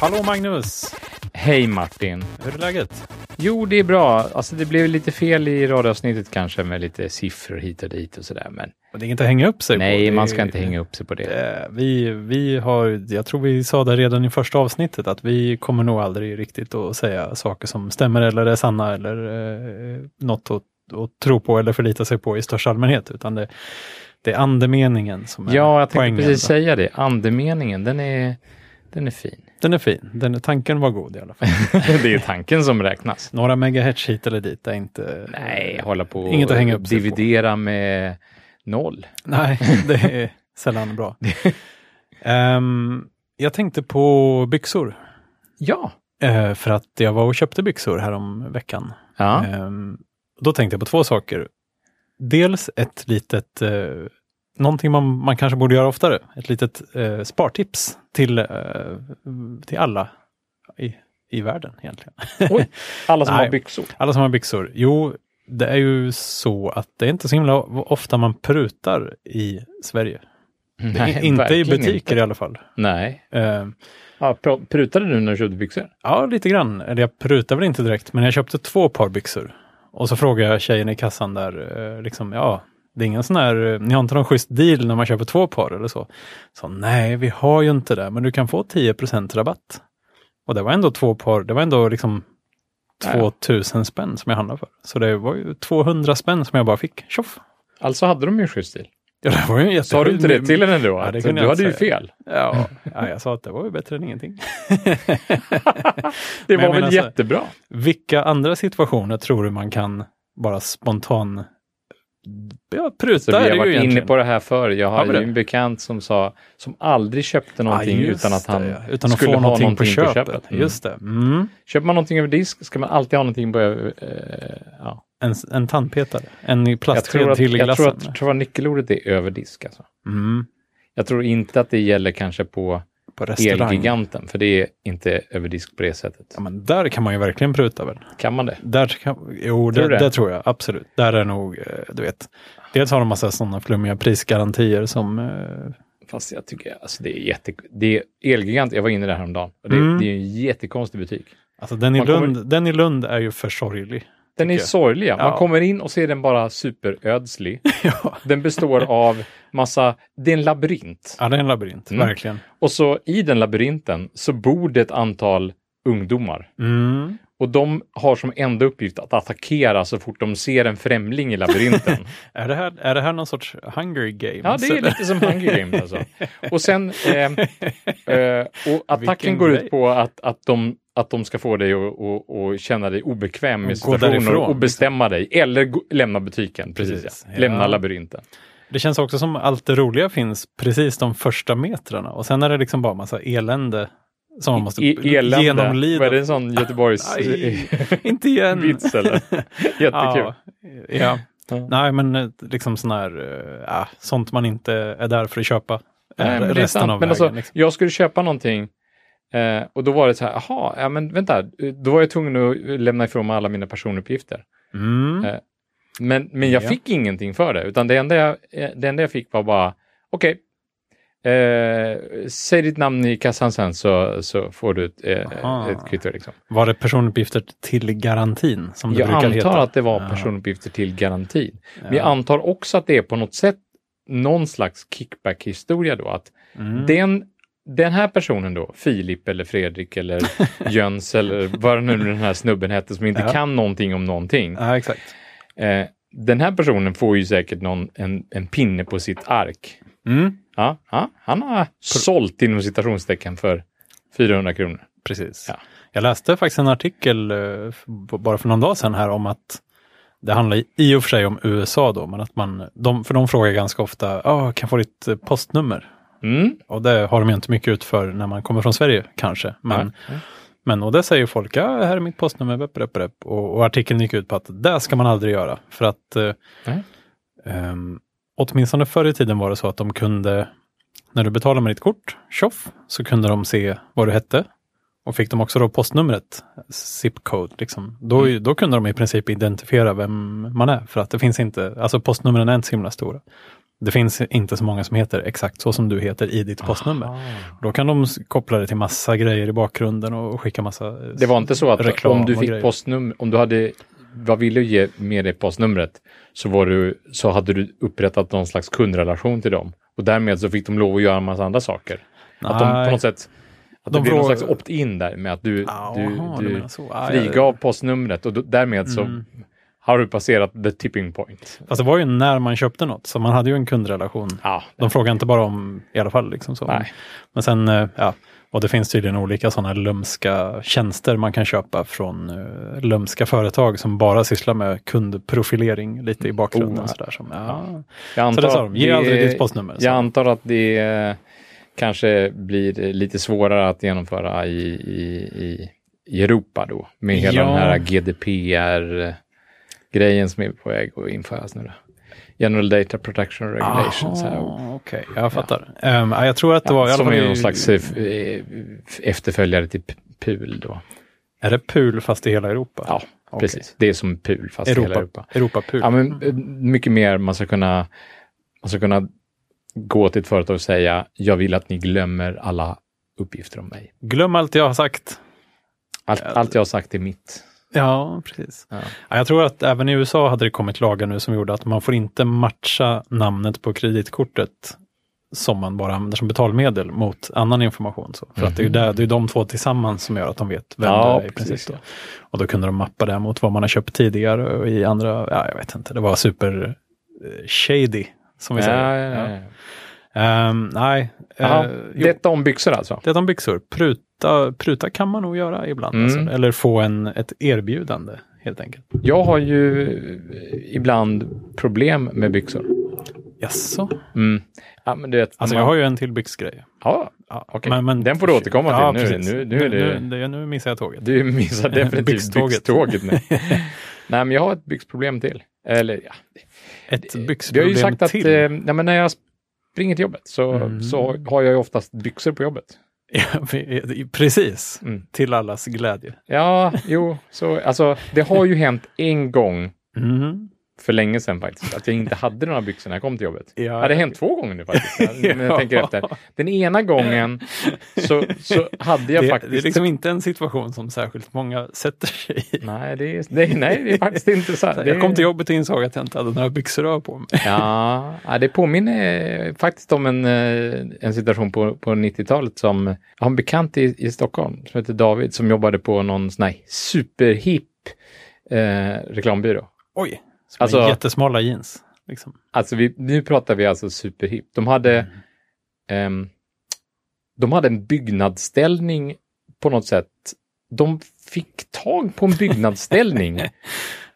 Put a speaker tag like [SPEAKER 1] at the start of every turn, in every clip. [SPEAKER 1] Hallå Magnus!
[SPEAKER 2] Hej Martin!
[SPEAKER 1] Hur är läget?
[SPEAKER 2] Jo, det är bra. Alltså, det blev lite fel i radioavsnittet kanske med lite siffror hit och dit och sådär. Men
[SPEAKER 1] Det är inget att hänga upp sig på.
[SPEAKER 2] nej,
[SPEAKER 1] Det är-
[SPEAKER 2] man ska inte hänga upp sig på det.
[SPEAKER 1] Eh, Vi, vi har, jag tror vi sa det redan i första avsnittet, att vi kommer nog aldrig riktigt att säga saker som stämmer eller är sanna eller eh, något att, att tro på eller förlita sig på i största allmänhet, utan det, det är andemeningen som är
[SPEAKER 2] Ja, jag tänkte
[SPEAKER 1] poängen.
[SPEAKER 2] precis
[SPEAKER 1] då.
[SPEAKER 2] säga det. Andemeningen, den är, den är fin.
[SPEAKER 1] Den är fin, den, tanken var god i alla fall.
[SPEAKER 2] det är tanken som räknas.
[SPEAKER 1] Några megahertz hit eller dit är inte...
[SPEAKER 2] Nej, hålla på och
[SPEAKER 1] Inget att hänga upp sig på.
[SPEAKER 2] dividera med noll.
[SPEAKER 1] Nej, det är sällan bra. Ehm, jag tänkte på byxor.
[SPEAKER 2] Ja.
[SPEAKER 1] Eh, för att jag var och köpte byxor härom veckan.
[SPEAKER 2] Ja,
[SPEAKER 1] Ehm, då tänkte jag på två saker. Dels ett litet, eh, någonting man, man kanske borde göra oftare, ett litet eh, spartips till, eh, till alla i, i världen egentligen.
[SPEAKER 2] alla som
[SPEAKER 1] nej.
[SPEAKER 2] har byxor.
[SPEAKER 1] Alla som har byxor. Jo, det är ju så att det är inte så himla ofta man prutar i Sverige. Det är inte i
[SPEAKER 2] verkligen
[SPEAKER 1] butiker i
[SPEAKER 2] inte.
[SPEAKER 1] alla fall.
[SPEAKER 2] Nej.
[SPEAKER 1] Ehm,
[SPEAKER 2] Ja, pr- prutade du när du köpte byxor?
[SPEAKER 1] Ja, lite grann. Eller jag prutade väl inte direkt, men jag köpte två par byxor. Och så frågade jag tjejen i kassan där, eh, liksom, ja, det är ingen sån här, eh, ni har inte någon schysst deal när man köper två par eller så? Så nej, vi har ju inte det, men du kan få 10 rabatt. Och det var ändå två par, det var ändå liksom
[SPEAKER 2] Ja.
[SPEAKER 1] 2000 spänn som jag handlade för. Så det var ju 200 spänn som jag bara fick, tjoff!
[SPEAKER 2] Alltså hade de ju schysst stil.
[SPEAKER 1] Ja, det var ju en jätte-
[SPEAKER 2] Sa du inte det till henne då?
[SPEAKER 1] Ja, det
[SPEAKER 2] Att
[SPEAKER 1] kunde
[SPEAKER 2] du
[SPEAKER 1] jag
[SPEAKER 2] hade ju
[SPEAKER 1] inte säga.
[SPEAKER 2] fel.
[SPEAKER 1] Ja, ja, jag sa att det var ju bättre än ingenting.
[SPEAKER 2] Det
[SPEAKER 1] Men jag
[SPEAKER 2] var
[SPEAKER 1] menar
[SPEAKER 2] väl
[SPEAKER 1] så-
[SPEAKER 2] jättebra?
[SPEAKER 1] Vilka andra situationer tror du man kan bara spontan ja,
[SPEAKER 2] Så
[SPEAKER 1] pruta? är
[SPEAKER 2] vi har
[SPEAKER 1] det ju
[SPEAKER 2] varit
[SPEAKER 1] egentligen.
[SPEAKER 2] inne på det här förr. Jag har
[SPEAKER 1] Har vi det?
[SPEAKER 2] ju en bekant som sa, som aldrig köpte någonting
[SPEAKER 1] Ja, just
[SPEAKER 2] utan att han
[SPEAKER 1] det, ja. utan att
[SPEAKER 2] skulle
[SPEAKER 1] få
[SPEAKER 2] ha
[SPEAKER 1] någonting, på
[SPEAKER 2] någonting
[SPEAKER 1] köpet.
[SPEAKER 2] Mm.
[SPEAKER 1] Just det. Mm.
[SPEAKER 2] Köper man någonting över disk ska man alltid ha någonting på över... Eh, ja.
[SPEAKER 1] En, en tandpetare, en
[SPEAKER 2] Jag tror
[SPEAKER 1] plastsked
[SPEAKER 2] att,
[SPEAKER 1] till
[SPEAKER 2] jag
[SPEAKER 1] glassen.
[SPEAKER 2] tror att, tror att nyckelordet är över disk. Alltså.
[SPEAKER 1] mm.
[SPEAKER 2] Jag tror inte att det gäller kanske på
[SPEAKER 1] På restaurang.
[SPEAKER 2] Elgiganten, för det är inte över disk på det sättet.
[SPEAKER 1] Ja, men där kan man ju verkligen pruta väl?
[SPEAKER 2] Kan man det?
[SPEAKER 1] Där kan, jo,
[SPEAKER 2] Tror
[SPEAKER 1] det,
[SPEAKER 2] du
[SPEAKER 1] det?
[SPEAKER 2] det?
[SPEAKER 1] tror jag absolut. Där är nog, eh, du vet, dels har de massa sådana flummiga prisgarantier som eh,
[SPEAKER 2] Fast jag tycker, alltså det är jätte... Det är Elgigant, jag var inne där häromdagen, och det,
[SPEAKER 1] Mm.
[SPEAKER 2] det är ju en jättekonstig butik.
[SPEAKER 1] Alltså den i,
[SPEAKER 2] Man kommer-
[SPEAKER 1] Lund, den i Lund är ju för sorglig.
[SPEAKER 2] Den är
[SPEAKER 1] tycker jag.
[SPEAKER 2] sorglig. ja. Man
[SPEAKER 1] Ja.
[SPEAKER 2] kommer in och ser den bara superödslig.
[SPEAKER 1] ja.
[SPEAKER 2] Den består av massa, det är en labyrint.
[SPEAKER 1] ja, det är en labyrint,
[SPEAKER 2] Mm.
[SPEAKER 1] verkligen.
[SPEAKER 2] Och så i den labyrinten så bor det ett antal ungdomar.
[SPEAKER 1] Mm.
[SPEAKER 2] Och de har som enda uppgift att attackera så fort de ser en främling i labyrinten.
[SPEAKER 1] Är det här, är det här någon sorts hunger games?
[SPEAKER 2] Ja, det är
[SPEAKER 1] eller?
[SPEAKER 2] lite som Hunger Games alltså. Och sen, eh, eh, och attacken
[SPEAKER 1] Vilken
[SPEAKER 2] går
[SPEAKER 1] grej.
[SPEAKER 2] ut på att, att, de, att de ska få dig att och, och känna dig obekväm
[SPEAKER 1] Och gå
[SPEAKER 2] med situationer
[SPEAKER 1] därifrån, liksom.
[SPEAKER 2] och bestämma dig. Eller gå, lämna butiken, precis,
[SPEAKER 1] Precis,
[SPEAKER 2] ja.
[SPEAKER 1] ja.
[SPEAKER 2] Lämna labyrinten.
[SPEAKER 1] Det känns också som allt det roliga finns precis de första metrarna och sen är det liksom bara massa elände som man måste
[SPEAKER 2] I, E- elände.
[SPEAKER 1] genomlida.
[SPEAKER 2] Vad är det en sån Göteborgs...
[SPEAKER 1] Aj, inte igen!
[SPEAKER 2] Vits eller? Jättekul.
[SPEAKER 1] Ja, ja.
[SPEAKER 2] Ja.
[SPEAKER 1] Nej, men eh, liksom sån här, eh, ah, sånt man inte är där för att köpa.
[SPEAKER 2] Nej,
[SPEAKER 1] eh,
[SPEAKER 2] men det är
[SPEAKER 1] resten
[SPEAKER 2] sant.
[SPEAKER 1] av vägen.
[SPEAKER 2] Men alltså,
[SPEAKER 1] liksom.
[SPEAKER 2] jag skulle köpa någonting eh, och då var det så här, jaha, ja, men vänta, då var jag tvungen att lämna ifrån mig alla mina personuppgifter.
[SPEAKER 1] mm.
[SPEAKER 2] eh, Men, men jag
[SPEAKER 1] Ja.
[SPEAKER 2] fick ingenting för det, utan det enda jag, eh, det enda jag fick var bara, okej, eh, säg ditt namn i kassan sen så, så får du ett, eh,
[SPEAKER 1] Aha.
[SPEAKER 2] ett kvitto. Liksom.
[SPEAKER 1] Var det personuppgifter till garantin som det
[SPEAKER 2] Jag
[SPEAKER 1] brukar
[SPEAKER 2] antar
[SPEAKER 1] heta?
[SPEAKER 2] att det var
[SPEAKER 1] Ja.
[SPEAKER 2] personuppgifter till garantin. Men jag
[SPEAKER 1] Ja.
[SPEAKER 2] antar också att det är på något sätt någon slags kickback-historia då. Att
[SPEAKER 1] Mm.
[SPEAKER 2] den, den här personen då, Filip eller Fredrik eller Jöns eller vad nu den här snubben hette som inte
[SPEAKER 1] Ja.
[SPEAKER 2] kan någonting om någonting.
[SPEAKER 1] Ja, exakt.
[SPEAKER 2] Eh, den här personen får ju säkert någon, en, en pinne på sitt ark.
[SPEAKER 1] Mm.
[SPEAKER 2] Ja, ja, han har sålt inom citationstecken för 400 kronor.
[SPEAKER 1] Precis.
[SPEAKER 2] Ja.
[SPEAKER 1] Jag läste faktiskt en artikel eh, f- bara för någon dag sedan här om att det handlar i- i och för sig om USA då, men att man, de, för de frågar ganska ofta, ja, kan jag få ditt eh, postnummer?
[SPEAKER 2] Mm.
[SPEAKER 1] Och det har de ju inte mycket ut för när man kommer från Sverige kanske. Men, men och det säger folk, ja, här är mitt postnummer, rep, rep, rep. Och, och artikeln gick ut på att det ska man aldrig göra. För att eh,
[SPEAKER 2] Nej.
[SPEAKER 1] ehm, åtminstone förr i tiden var det så att de kunde, när du betalade med ditt kort, tjoff, så kunde de se vad du hette. Och fick de också då postnumret, zip code, liksom, då, är- då kunde de i princip identifiera vem man är. För att det finns inte, alltså postnumren är inte så himla stora. Det finns inte så många som heter exakt så som du heter i ditt postnummer. Då kan de s- koppla det till massa grejer i bakgrunden och skicka massa... eh,
[SPEAKER 2] Det var inte så att
[SPEAKER 1] Reklam
[SPEAKER 2] om du
[SPEAKER 1] och
[SPEAKER 2] fick
[SPEAKER 1] grejer.
[SPEAKER 2] postnummer, om du hade, vad ville ge med dig postnumret, så, var du, så hade du upprättat någon slags kundrelation till dem. Och därmed så fick de lov att göra en massa andra saker. Att de på något sätt,
[SPEAKER 1] De
[SPEAKER 2] att det blev någon
[SPEAKER 1] frågar-
[SPEAKER 2] slags opt-in där med att du,
[SPEAKER 1] Jaha,
[SPEAKER 2] du,
[SPEAKER 1] du
[SPEAKER 2] du
[SPEAKER 1] menar så. Ah, ja, Mm.
[SPEAKER 2] frigav postnumret och då, därmed så har du passerat the tipping point.
[SPEAKER 1] Fast det var ju när man köpte något, så man hade ju en kundrelation.
[SPEAKER 2] Ja,
[SPEAKER 1] De frågar inte bara om, i alla fall. Liksom så.
[SPEAKER 2] Nej.
[SPEAKER 1] Men sen, eh, ja, och det finns tydligen olika sådana lömska tjänster man kan köpa från eh, lömska företag som bara sysslar med kundprofilering lite i bakgrunden.
[SPEAKER 2] Oh, ja.
[SPEAKER 1] sådär, som, ja.
[SPEAKER 2] jag
[SPEAKER 1] Så det sa de,
[SPEAKER 2] att
[SPEAKER 1] ge aldrig ditt postnummer. Så.
[SPEAKER 2] Jag antar att det eh, kanske blir eh, lite svårare att genomföra i, i, i, i Europa då, med hela
[SPEAKER 1] Ja.
[SPEAKER 2] den här GDPR-grejen som är på väg att införas nu. Då. General Data Protection Regulations. Här.
[SPEAKER 1] Aha, okej. jag fattar. Ehm, ja, jag tror att det var... i alla
[SPEAKER 2] som
[SPEAKER 1] fall
[SPEAKER 2] är
[SPEAKER 1] i-
[SPEAKER 2] någon slags eh, f- eh, f- efterföljare till P- PUL då.
[SPEAKER 1] Är det PUL fast i hela Europa?
[SPEAKER 2] Ja,
[SPEAKER 1] Okej.
[SPEAKER 2] precis. Det är som PUL fast i
[SPEAKER 1] Europa,
[SPEAKER 2] hela Europa.
[SPEAKER 1] Europa-PUL.
[SPEAKER 2] Ja, men eh, mycket mer man ska kunna, man ska kunna gå till ett företag och säga, jag vill att ni glömmer alla uppgifter om mig.
[SPEAKER 1] Glöm allt jag har sagt.
[SPEAKER 2] Allt, allt jag har sagt är mitt.
[SPEAKER 1] Ja, precis.
[SPEAKER 2] Ja.
[SPEAKER 1] Ja, jag tror att även i USA hade det kommit lagar nu som gjorde att man får inte matcha namnet på kreditkortet som man bara använder som betalmedel mot annan information. Så. För att det är ju där, det är de två tillsammans som gör att de vet vem
[SPEAKER 2] Mhm. Ja,
[SPEAKER 1] det är. i
[SPEAKER 2] precis.
[SPEAKER 1] Princip då. Och då kunde de mappa det mot vad man har köpt tidigare och i andra, ja jag vet inte, det var super eh, shady som vi
[SPEAKER 2] Ja,
[SPEAKER 1] säger.
[SPEAKER 2] ja, ja, ja.
[SPEAKER 1] Ehm, nej,
[SPEAKER 2] Jaha,
[SPEAKER 1] Eh, jo.
[SPEAKER 2] Detta om byxor alltså?
[SPEAKER 1] Det är de byxor. Pruta, pruta kan man nog göra ibland.
[SPEAKER 2] Mm.
[SPEAKER 1] Alltså. Eller få en, ett erbjudande helt enkelt.
[SPEAKER 2] Jag har ju eh, ibland problem med byxor.
[SPEAKER 1] Jaså?
[SPEAKER 2] Mm. Ja, men du vet,
[SPEAKER 1] Alltså
[SPEAKER 2] man-
[SPEAKER 1] jag har ju en till byxgrej.
[SPEAKER 2] ja,
[SPEAKER 1] Ja,
[SPEAKER 2] Mm. okej. Den får du återkomma till. Nu-
[SPEAKER 1] precis.
[SPEAKER 2] nu- nu är det-
[SPEAKER 1] nu, nu missar jag tåget.
[SPEAKER 2] du missar definitivt
[SPEAKER 1] Byxtåget.
[SPEAKER 2] byxtåget nu. Nej, men jag har ett byxproblem till. Eller ja,
[SPEAKER 1] Ett
[SPEAKER 2] Vi har
[SPEAKER 1] byxproblem
[SPEAKER 2] ju sagt att eh,
[SPEAKER 1] till.
[SPEAKER 2] nej, men när jag springer till jobbet så,
[SPEAKER 1] Mm.
[SPEAKER 2] så har jag ju oftast byxor på jobbet.
[SPEAKER 1] Ja, vi- precis.
[SPEAKER 2] Mm.
[SPEAKER 1] Till allas glädje.
[SPEAKER 2] Ja, jo, så alltså det har ju hänt en gång
[SPEAKER 1] Mm.
[SPEAKER 2] för länge sedan faktiskt, att jag inte hade några byxor när jag kom till jobbet.
[SPEAKER 1] Ja.
[SPEAKER 2] det hade hänt två gånger nu faktiskt, när jag
[SPEAKER 1] Ja.
[SPEAKER 2] tänker efter. Den ena gången så, så hade jag
[SPEAKER 1] Det,
[SPEAKER 2] faktiskt...
[SPEAKER 1] det är liksom inte en situation som särskilt många sätter sig i.
[SPEAKER 2] Nej, det är, det, nej, det är faktiskt inte så. Det...
[SPEAKER 1] Jag kom till jobbet och insåg att jag inte hade några byxor av på mig.
[SPEAKER 2] Ja, ja, det påminner eh, faktiskt om en, eh, en situation på, på 90-talet som, jag har en bekant i, i Stockholm som heter David som jobbade på någon sån här superhipp eh, reklambyrå.
[SPEAKER 1] Oj, som
[SPEAKER 2] Alltså-
[SPEAKER 1] är jättesmala jeans. Liksom.
[SPEAKER 2] Alltså vi, nu pratar vi alltså superhipp. De hade,
[SPEAKER 1] Mm.
[SPEAKER 2] ehm, de hade en byggnadsställning på något sätt. De fick tag på en byggnadsställning.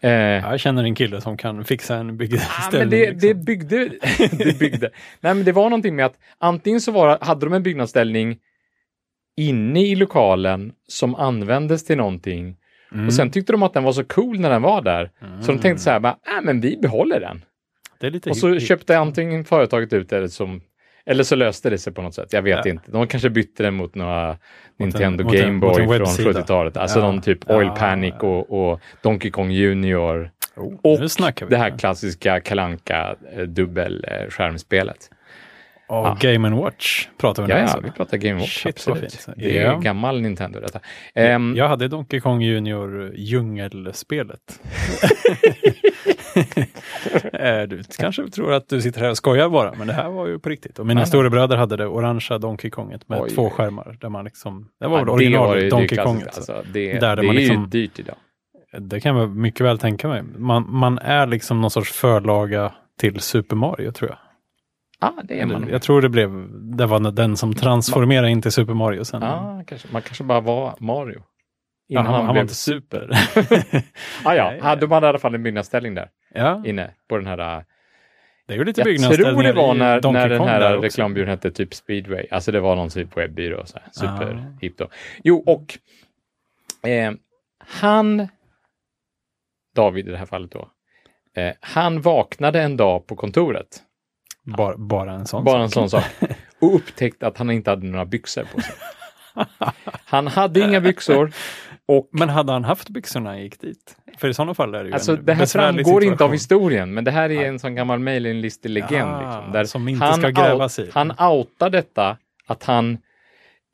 [SPEAKER 2] eh,
[SPEAKER 1] Ja, Jag känner en kille som kan fixa en
[SPEAKER 2] Ah,
[SPEAKER 1] byggställning.
[SPEAKER 2] men det,
[SPEAKER 1] liksom.
[SPEAKER 2] det, byggde, det byggde... Nej, men det var någonting med att antingen så var, hade de en byggnadsställning inne i lokalen som användes till någonting
[SPEAKER 1] Mm.
[SPEAKER 2] och sen tyckte de att den var så cool när den var där. Så de tänkte så här, bara, "Ah, men vi behåller den.
[SPEAKER 1] det är lite
[SPEAKER 2] Och så
[SPEAKER 1] hipp, hipp.
[SPEAKER 2] köpte antingen företaget ut eller som eller så löste det sig på något sätt. Jag vet
[SPEAKER 1] Ja.
[SPEAKER 2] inte. De kanske bytte den mot några Nintendo
[SPEAKER 1] mot en-
[SPEAKER 2] Game Boy
[SPEAKER 1] mot en
[SPEAKER 2] från
[SPEAKER 1] webbsida.
[SPEAKER 2] 70-talet. Alltså
[SPEAKER 1] Ja.
[SPEAKER 2] någon typ
[SPEAKER 1] Ja,
[SPEAKER 2] Oil Panic
[SPEAKER 1] ja.
[SPEAKER 2] Och, och Donkey Kong Junior.
[SPEAKER 1] Oh, nu snackar vi.
[SPEAKER 2] Det här klassiska kalanka eh, dubbelskärmspelet.
[SPEAKER 1] Och Game Watch pratar vi nu
[SPEAKER 2] Ja, ja,
[SPEAKER 1] alltså.
[SPEAKER 2] vi pratar Game Watch,
[SPEAKER 1] Shit, vad
[SPEAKER 2] absolut.
[SPEAKER 1] fint.
[SPEAKER 2] Det är
[SPEAKER 1] Ja.
[SPEAKER 2] gammal Nintendo detta. Ehm,
[SPEAKER 1] Jag hade Donkey Kong Junior djungelspelet. Eh, du kanske tror att du sitter här och skojar bara, men det här var ju på riktigt. Och mina
[SPEAKER 2] Nej.
[SPEAKER 1] storebröder hade det orangea Donkey Konget med
[SPEAKER 2] Oj.
[SPEAKER 1] två skärmar. Där man liksom, det var
[SPEAKER 2] ja,
[SPEAKER 1] väl
[SPEAKER 2] det var
[SPEAKER 1] original
[SPEAKER 2] ju- det är
[SPEAKER 1] Donkey
[SPEAKER 2] klassiskt,
[SPEAKER 1] Konget.
[SPEAKER 2] Alltså, det
[SPEAKER 1] Där
[SPEAKER 2] det
[SPEAKER 1] man
[SPEAKER 2] är ju
[SPEAKER 1] liksom-
[SPEAKER 2] dyrt idag.
[SPEAKER 1] Det kan jag mycket väl tänka mig. Man, man är liksom någon sorts förlaga till Super Mario tror jag.
[SPEAKER 2] Ja, det är man.
[SPEAKER 1] Jag tror det blev, det var den som transformerade in till Super Mario sen.
[SPEAKER 2] Ja, kanske, man kanske bara var Mario.
[SPEAKER 1] Ja,
[SPEAKER 2] Innan han,
[SPEAKER 1] var
[SPEAKER 2] blev...
[SPEAKER 1] inte super.
[SPEAKER 2] Ah, ja,
[SPEAKER 1] Nej.
[SPEAKER 2] ja, de hade i alla fall en byggnadsställning där
[SPEAKER 1] ja,
[SPEAKER 2] inne på den här. äh,
[SPEAKER 1] det är ju lite
[SPEAKER 2] Jag
[SPEAKER 1] byggnadsställningar
[SPEAKER 2] tror det var
[SPEAKER 1] Mm. i
[SPEAKER 2] när,
[SPEAKER 1] Donkey
[SPEAKER 2] när den
[SPEAKER 1] Kong där
[SPEAKER 2] här
[SPEAKER 1] också.
[SPEAKER 2] reklambyrån hette typ Speedway. Alltså det var någon typ webbyrå. Så här, super
[SPEAKER 1] Ah.
[SPEAKER 2] då. Jo, och eh, han, David i det här fallet då, eh, han vaknade en dag på kontoret,
[SPEAKER 1] Bara, bara en sån
[SPEAKER 2] bara en sån sak, och upptäckte att han inte hade några byxor på sig. Han hade inga byxor och
[SPEAKER 1] Men hade han haft byxorna när han gick dit? För i sådana fall är det ju
[SPEAKER 2] Alltså
[SPEAKER 1] en
[SPEAKER 2] det här
[SPEAKER 1] besvärlig
[SPEAKER 2] framgår inte
[SPEAKER 1] situation.
[SPEAKER 2] av historien, men det här är
[SPEAKER 1] Nej.
[SPEAKER 2] en sån gammal mailinlistelegend.
[SPEAKER 1] Ah,
[SPEAKER 2] liksom, där
[SPEAKER 1] som inte ska grävas i.
[SPEAKER 2] Typ. Han outar detta, att han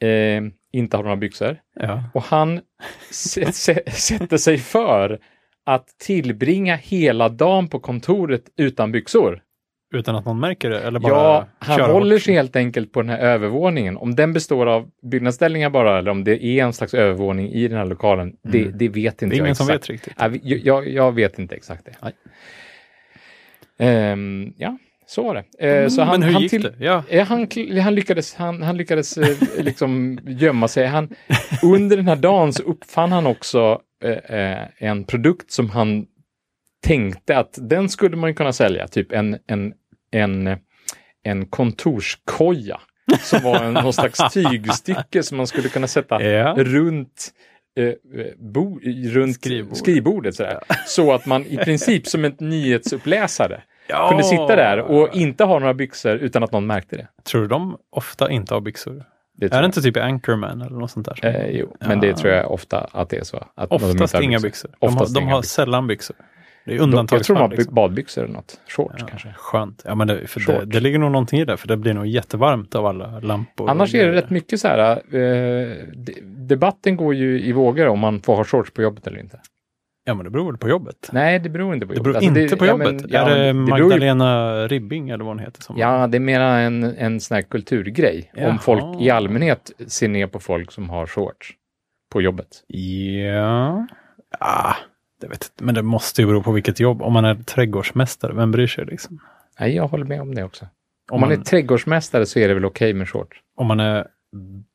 [SPEAKER 2] eh, inte har några byxor.
[SPEAKER 1] Ja.
[SPEAKER 2] Och han s- s- sätter sig för att tillbringa hela dagen på kontoret utan byxor.
[SPEAKER 1] Utan att någon märker det? Eller bara
[SPEAKER 2] Ja, han
[SPEAKER 1] köra
[SPEAKER 2] håller
[SPEAKER 1] hårt?
[SPEAKER 2] sig helt enkelt på den här övervåningen. Om den består av byggnadsställningar bara, eller om det är en slags övervåning i den här lokalen, det, det
[SPEAKER 1] Mm.
[SPEAKER 2] vet
[SPEAKER 1] Det
[SPEAKER 2] inte
[SPEAKER 1] är ingen
[SPEAKER 2] jag
[SPEAKER 1] som
[SPEAKER 2] exakt. Äh,
[SPEAKER 1] vet riktigt.
[SPEAKER 2] Ja, vi- Jag, jag, jag vet inte exakt det.
[SPEAKER 1] Nej.
[SPEAKER 2] Ehm, ja, så var det. Eh, så han,
[SPEAKER 1] Mm. Men hur
[SPEAKER 2] han
[SPEAKER 1] gick
[SPEAKER 2] till-
[SPEAKER 1] det? Ja.
[SPEAKER 2] Ja, han, kl- han lyckades, han, han lyckades eh, liksom gömma sig. Han, under den här dagen så uppfann han också eh, eh, en produkt som han tänkte att den skulle man ju kunna sälja, typ en, en, en, en kontorskoja som var en, någon slags tygstycke som man skulle kunna sätta
[SPEAKER 1] Ja.
[SPEAKER 2] runt eh, eh, bo, runt
[SPEAKER 1] Skrivbord.
[SPEAKER 2] skrivbordet. Sådär. Så att man i princip som en nyhetsuppläsare
[SPEAKER 1] Ja.
[SPEAKER 2] kunde sitta där och inte ha några byxor utan att någon märkte det.
[SPEAKER 1] Tror du de ofta inte har byxor?
[SPEAKER 2] det
[SPEAKER 1] Är
[SPEAKER 2] tror
[SPEAKER 1] det
[SPEAKER 2] jag.
[SPEAKER 1] inte typ i Anchorman eller något sånt där? som-
[SPEAKER 2] Eh, jo, men det tror jag ofta att det är så. Att de inte
[SPEAKER 1] Oftast
[SPEAKER 2] har
[SPEAKER 1] inga byxor. De har,
[SPEAKER 2] Oftast
[SPEAKER 1] de
[SPEAKER 2] inga
[SPEAKER 1] har
[SPEAKER 2] byxor.
[SPEAKER 1] sällan byxor. Det är
[SPEAKER 2] De, jag tror de
[SPEAKER 1] undantagsfall.
[SPEAKER 2] har
[SPEAKER 1] liksom.
[SPEAKER 2] badbyxor eller något. Shorts kanske.
[SPEAKER 1] Skönt. Ja, men det, för det,
[SPEAKER 2] Shorts.
[SPEAKER 1] det ligger nog någonting i det, för det blir nog jättevarmt av alla lampor. och
[SPEAKER 2] Annars är det
[SPEAKER 1] grejer.
[SPEAKER 2] rätt mycket så här, eh, de- debatten går ju i vågor om man får ha shorts på jobbet eller inte.
[SPEAKER 1] Ja, men det beror väl på jobbet.
[SPEAKER 2] Nej, det beror inte på
[SPEAKER 1] Det
[SPEAKER 2] jobbet.
[SPEAKER 1] beror
[SPEAKER 2] Alltså,
[SPEAKER 1] inte på
[SPEAKER 2] ja,
[SPEAKER 1] jobbet.
[SPEAKER 2] men- ja,
[SPEAKER 1] är det,
[SPEAKER 2] men det beror ju
[SPEAKER 1] Magdalena Ribbing eller vad hon heter? Som
[SPEAKER 2] Ja, det är mera en, en sån här kulturgrej.
[SPEAKER 1] Jaha.
[SPEAKER 2] Om folk i allmänhet ser ner på folk som har shorts på jobbet.
[SPEAKER 1] Ja. Ah, det vet jag inte. Men det måste ju bero på vilket jobb. Om man är trädgårdsmästare, vem bryr sig liksom?
[SPEAKER 2] Nej, jag håller med om det också.
[SPEAKER 1] Om
[SPEAKER 2] Om
[SPEAKER 1] man,
[SPEAKER 2] man är trädgårdsmästare så är det väl okej med shorts?
[SPEAKER 1] om man är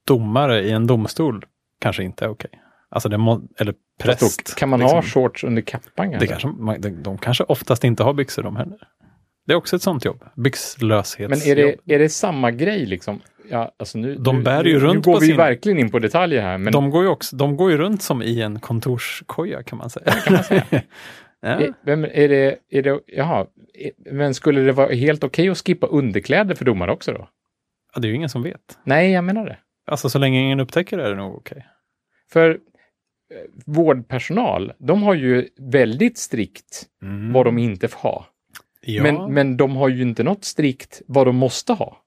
[SPEAKER 1] domare i en domstol kanske inte är okej. Alltså det må, eller
[SPEAKER 2] Fast
[SPEAKER 1] präst.
[SPEAKER 2] då Kan man
[SPEAKER 1] liksom.
[SPEAKER 2] ha shorts under kappan?
[SPEAKER 1] det
[SPEAKER 2] kanske?
[SPEAKER 1] kanske, man- de, de kanske oftast inte har byxor de heller. Det är också ett sånt jobb.
[SPEAKER 2] Men
[SPEAKER 1] Byxlöshetsjobb.
[SPEAKER 2] är det, är det samma grej liksom? Ja, alltså nu,
[SPEAKER 1] De
[SPEAKER 2] nu-
[SPEAKER 1] bär ju
[SPEAKER 2] nu,
[SPEAKER 1] runt
[SPEAKER 2] Nu går
[SPEAKER 1] på
[SPEAKER 2] vi
[SPEAKER 1] sin-
[SPEAKER 2] verkligen in på detaljer här, men
[SPEAKER 1] de, går ju också, de går ju runt som i en kontorskoja kan man säga. Kan man säga. ja.
[SPEAKER 2] är, vem, är det, är det, jaha, är, men skulle det vara helt okej att skippa underkläder för domare också då?
[SPEAKER 1] Ja, Det är ju ingen som vet.
[SPEAKER 2] Nej, jag menar det.
[SPEAKER 1] Alltså så länge ingen upptäcker det är det nog okej.
[SPEAKER 2] För eh, vårdpersonal, de har ju väldigt strikt vad de inte får ha.
[SPEAKER 1] Mm. ja.
[SPEAKER 2] Mm. Men, men de har ju inte något strikt vad de måste ha.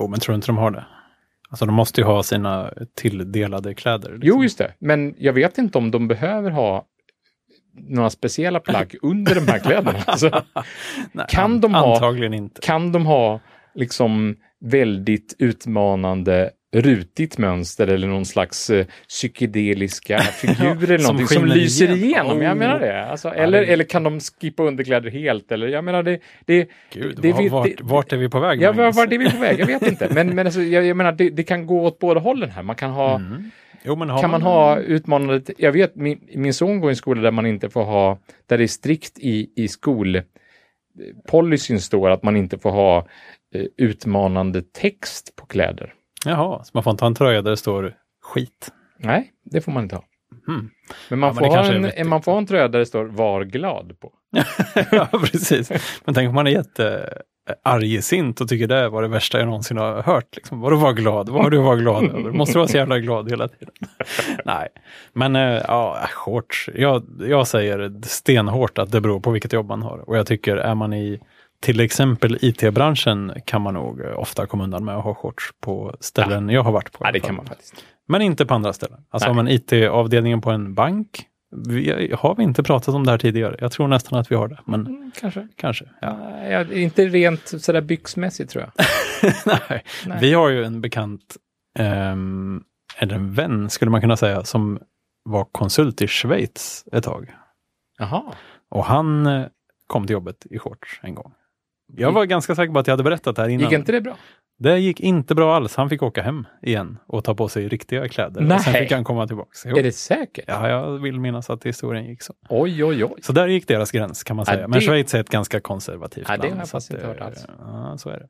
[SPEAKER 1] Jo, men tror du inte de har det? Alltså de måste ju ha sina tilldelade kläder. Liksom.
[SPEAKER 2] Jo, just det. Men jag vet inte om de behöver ha några speciella plagg under de här kläderna. Alltså,
[SPEAKER 1] Nej,
[SPEAKER 2] kan
[SPEAKER 1] an-
[SPEAKER 2] de ha-
[SPEAKER 1] Antagligen inte.
[SPEAKER 2] kan de ha liksom väldigt utmanande rutigt mönster eller någon slags eh, psykedeliska figurer eller
[SPEAKER 1] Som
[SPEAKER 2] någonting som
[SPEAKER 1] skiner
[SPEAKER 2] lyser
[SPEAKER 1] igenom.
[SPEAKER 2] igenom. Jag
[SPEAKER 1] Oh.
[SPEAKER 2] menar det. Alltså, eller,
[SPEAKER 1] det-
[SPEAKER 2] eller kan de skippa underkläder helt? Eller, jag menar det, det,
[SPEAKER 1] Gud,
[SPEAKER 2] det-
[SPEAKER 1] var-
[SPEAKER 2] det-
[SPEAKER 1] vart,
[SPEAKER 2] det-
[SPEAKER 1] vart är vi på väg?
[SPEAKER 2] Ja, var,
[SPEAKER 1] Magnus?
[SPEAKER 2] var det vi är på väg? Jag vet inte. Men, men alltså, jag, jag menar, det, det kan gå åt båda hållen här. Man kan ha,
[SPEAKER 1] Mm. Jo, men har
[SPEAKER 2] kan man ha utmanande... t- Jag vet, min, min son går i en skola där man inte får ha... Där det är strikt i, i skolpolicyn står att man inte får ha eh, utmanande text på kläder.
[SPEAKER 1] Jaha, så man får inte ha en tröja där det står skit.
[SPEAKER 2] Nej, det får man inte ha.
[SPEAKER 1] Mhm.
[SPEAKER 2] Men man,
[SPEAKER 1] Ja, men det
[SPEAKER 2] får
[SPEAKER 1] kanske är
[SPEAKER 2] ha en,
[SPEAKER 1] vettigt.
[SPEAKER 2] man får ha en tröja där det står var glad på.
[SPEAKER 1] ja, precis. Men tänk om man är jätte argsint och tycker det var det värsta jag någonsin har hört. Liksom. Vadå var glad? Vad har du varit glad över? Måste du vara så jävla glad hela tiden? Nej, men eh, ja, shorts. Jag, jag säger stenhårt att det beror på vilket jobb man har. Och jag tycker är man i till exempel IT-branschen kan man nog eh, ofta komma undan med att ha shorts på ställen jag har varit på. i
[SPEAKER 2] Ja, det
[SPEAKER 1] alla
[SPEAKER 2] kan
[SPEAKER 1] fall.
[SPEAKER 2] man faktiskt.
[SPEAKER 1] Men inte på andra ställen. Alltså
[SPEAKER 2] Nej.
[SPEAKER 1] om en IT-avdelningen på en bank. Vi, har vi inte pratat om det här tidigare? Jag tror nästan att vi har det, men
[SPEAKER 2] Mm, kanske.
[SPEAKER 1] kanske. Ja.
[SPEAKER 2] Nej, jag- inte rent sådär byxmässigt tror jag.
[SPEAKER 1] Nej.
[SPEAKER 2] Nej.
[SPEAKER 1] Vi har ju en bekant, ehm, eller en vän skulle man kunna säga, som var konsult i Schweiz ett tag.
[SPEAKER 2] Jaha.
[SPEAKER 1] Och han eh, kom till jobbet i shorts en gång. Jag var ganska säker på att jag hade berättat det här innan.
[SPEAKER 2] Gick inte det bra?
[SPEAKER 1] Det gick inte bra alls. Han fick åka hem igen och ta på sig riktiga kläder. Och sen
[SPEAKER 2] Nej.
[SPEAKER 1] fick han komma tillbaka.
[SPEAKER 2] Är
[SPEAKER 1] Jo.
[SPEAKER 2] det säkert?
[SPEAKER 1] Ja, jag vill minnas att historien gick så.
[SPEAKER 2] Oj, oj, oj.
[SPEAKER 1] Så där gick deras gräns kan man
[SPEAKER 2] Ja,
[SPEAKER 1] säga. Men
[SPEAKER 2] det-
[SPEAKER 1] Schweiz är ett ganska konservativt
[SPEAKER 2] Ja, det
[SPEAKER 1] land.
[SPEAKER 2] har jag
[SPEAKER 1] så
[SPEAKER 2] faktiskt
[SPEAKER 1] att
[SPEAKER 2] inte
[SPEAKER 1] det-
[SPEAKER 2] hört alls.
[SPEAKER 1] Ja, så är det.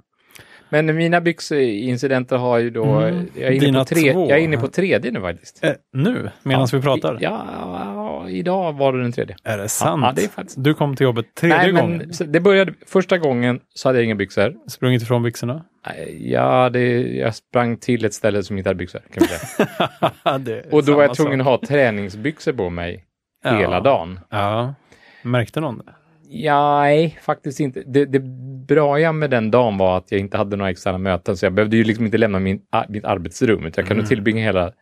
[SPEAKER 2] Men mina byxincidenter har ju då...
[SPEAKER 1] Mm.
[SPEAKER 2] Jag, är inne
[SPEAKER 1] Dina
[SPEAKER 2] på tre,
[SPEAKER 1] två.
[SPEAKER 2] jag är inne på tredje nu faktiskt.
[SPEAKER 1] Eh, nu, medan vi pratar.
[SPEAKER 2] I, ja, idag var det den tredje.
[SPEAKER 1] Är det sant?
[SPEAKER 2] Ja, det är faktiskt-
[SPEAKER 1] Du kom till jobbet tredje
[SPEAKER 2] Nej, men
[SPEAKER 1] gången.
[SPEAKER 2] så det började... Första gången så hade jag inga byxor.
[SPEAKER 1] Sprungit ifrån byxorna?
[SPEAKER 2] Nej, Ja, det, jag sprang till ett ställe som inte hade byxor. Kan vi säga.
[SPEAKER 1] det är
[SPEAKER 2] Och då var jag
[SPEAKER 1] samma
[SPEAKER 2] tvungen att
[SPEAKER 1] sak.
[SPEAKER 2] ha träningsbyxor på mig
[SPEAKER 1] Ja.
[SPEAKER 2] hela dagen.
[SPEAKER 1] Ja. Märkte någon det?
[SPEAKER 2] Ja, nej, faktiskt inte. Det, det bra med den dagen var att jag inte hade några externa möten, så jag behövde ju liksom inte lämna min, ar- mitt arbetsrum, utan jag kunde
[SPEAKER 1] Mm.
[SPEAKER 2] tillbringa hela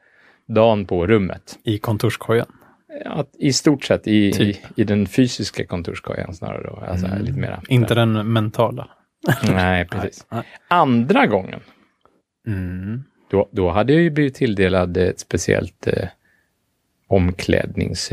[SPEAKER 2] dagen på rummet.
[SPEAKER 1] I kontorskojan?
[SPEAKER 2] Att, I stort sett i,
[SPEAKER 1] Typ. Mm.
[SPEAKER 2] i, i den fysiska kontorskojan snarare. Då, alltså, lite mera.
[SPEAKER 1] Inte den mentala?
[SPEAKER 2] Nej, precis.
[SPEAKER 1] Nej.
[SPEAKER 2] Andra gången,
[SPEAKER 1] Mm.
[SPEAKER 2] då, då hade jag ju blivit tilldelad ett speciellt eh,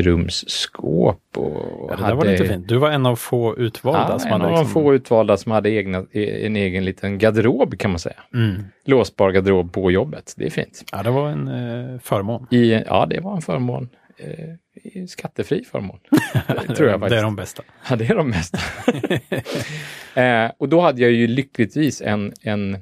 [SPEAKER 2] omklädningsrumsskåp. Och
[SPEAKER 1] Ja, det där var lite fint. Du var en av få utvalda
[SPEAKER 2] Ja,
[SPEAKER 1] som
[SPEAKER 2] en
[SPEAKER 1] hade
[SPEAKER 2] av de
[SPEAKER 1] liksom...
[SPEAKER 2] få utvalda som hade egna, e- en egen liten garderob kan man säga.
[SPEAKER 1] Mm.
[SPEAKER 2] Låsbar garderob på jobbet, det är fint.
[SPEAKER 1] Ja, det var en eh, förmån.
[SPEAKER 2] I, ja, det var en förmån. Eh, i- skattefri förmån. Det tror jag
[SPEAKER 1] Det är
[SPEAKER 2] faktiskt.
[SPEAKER 1] de bästa.
[SPEAKER 2] Ja, det är de mesta. eh, och då hade jag ju lyckligtvis en, en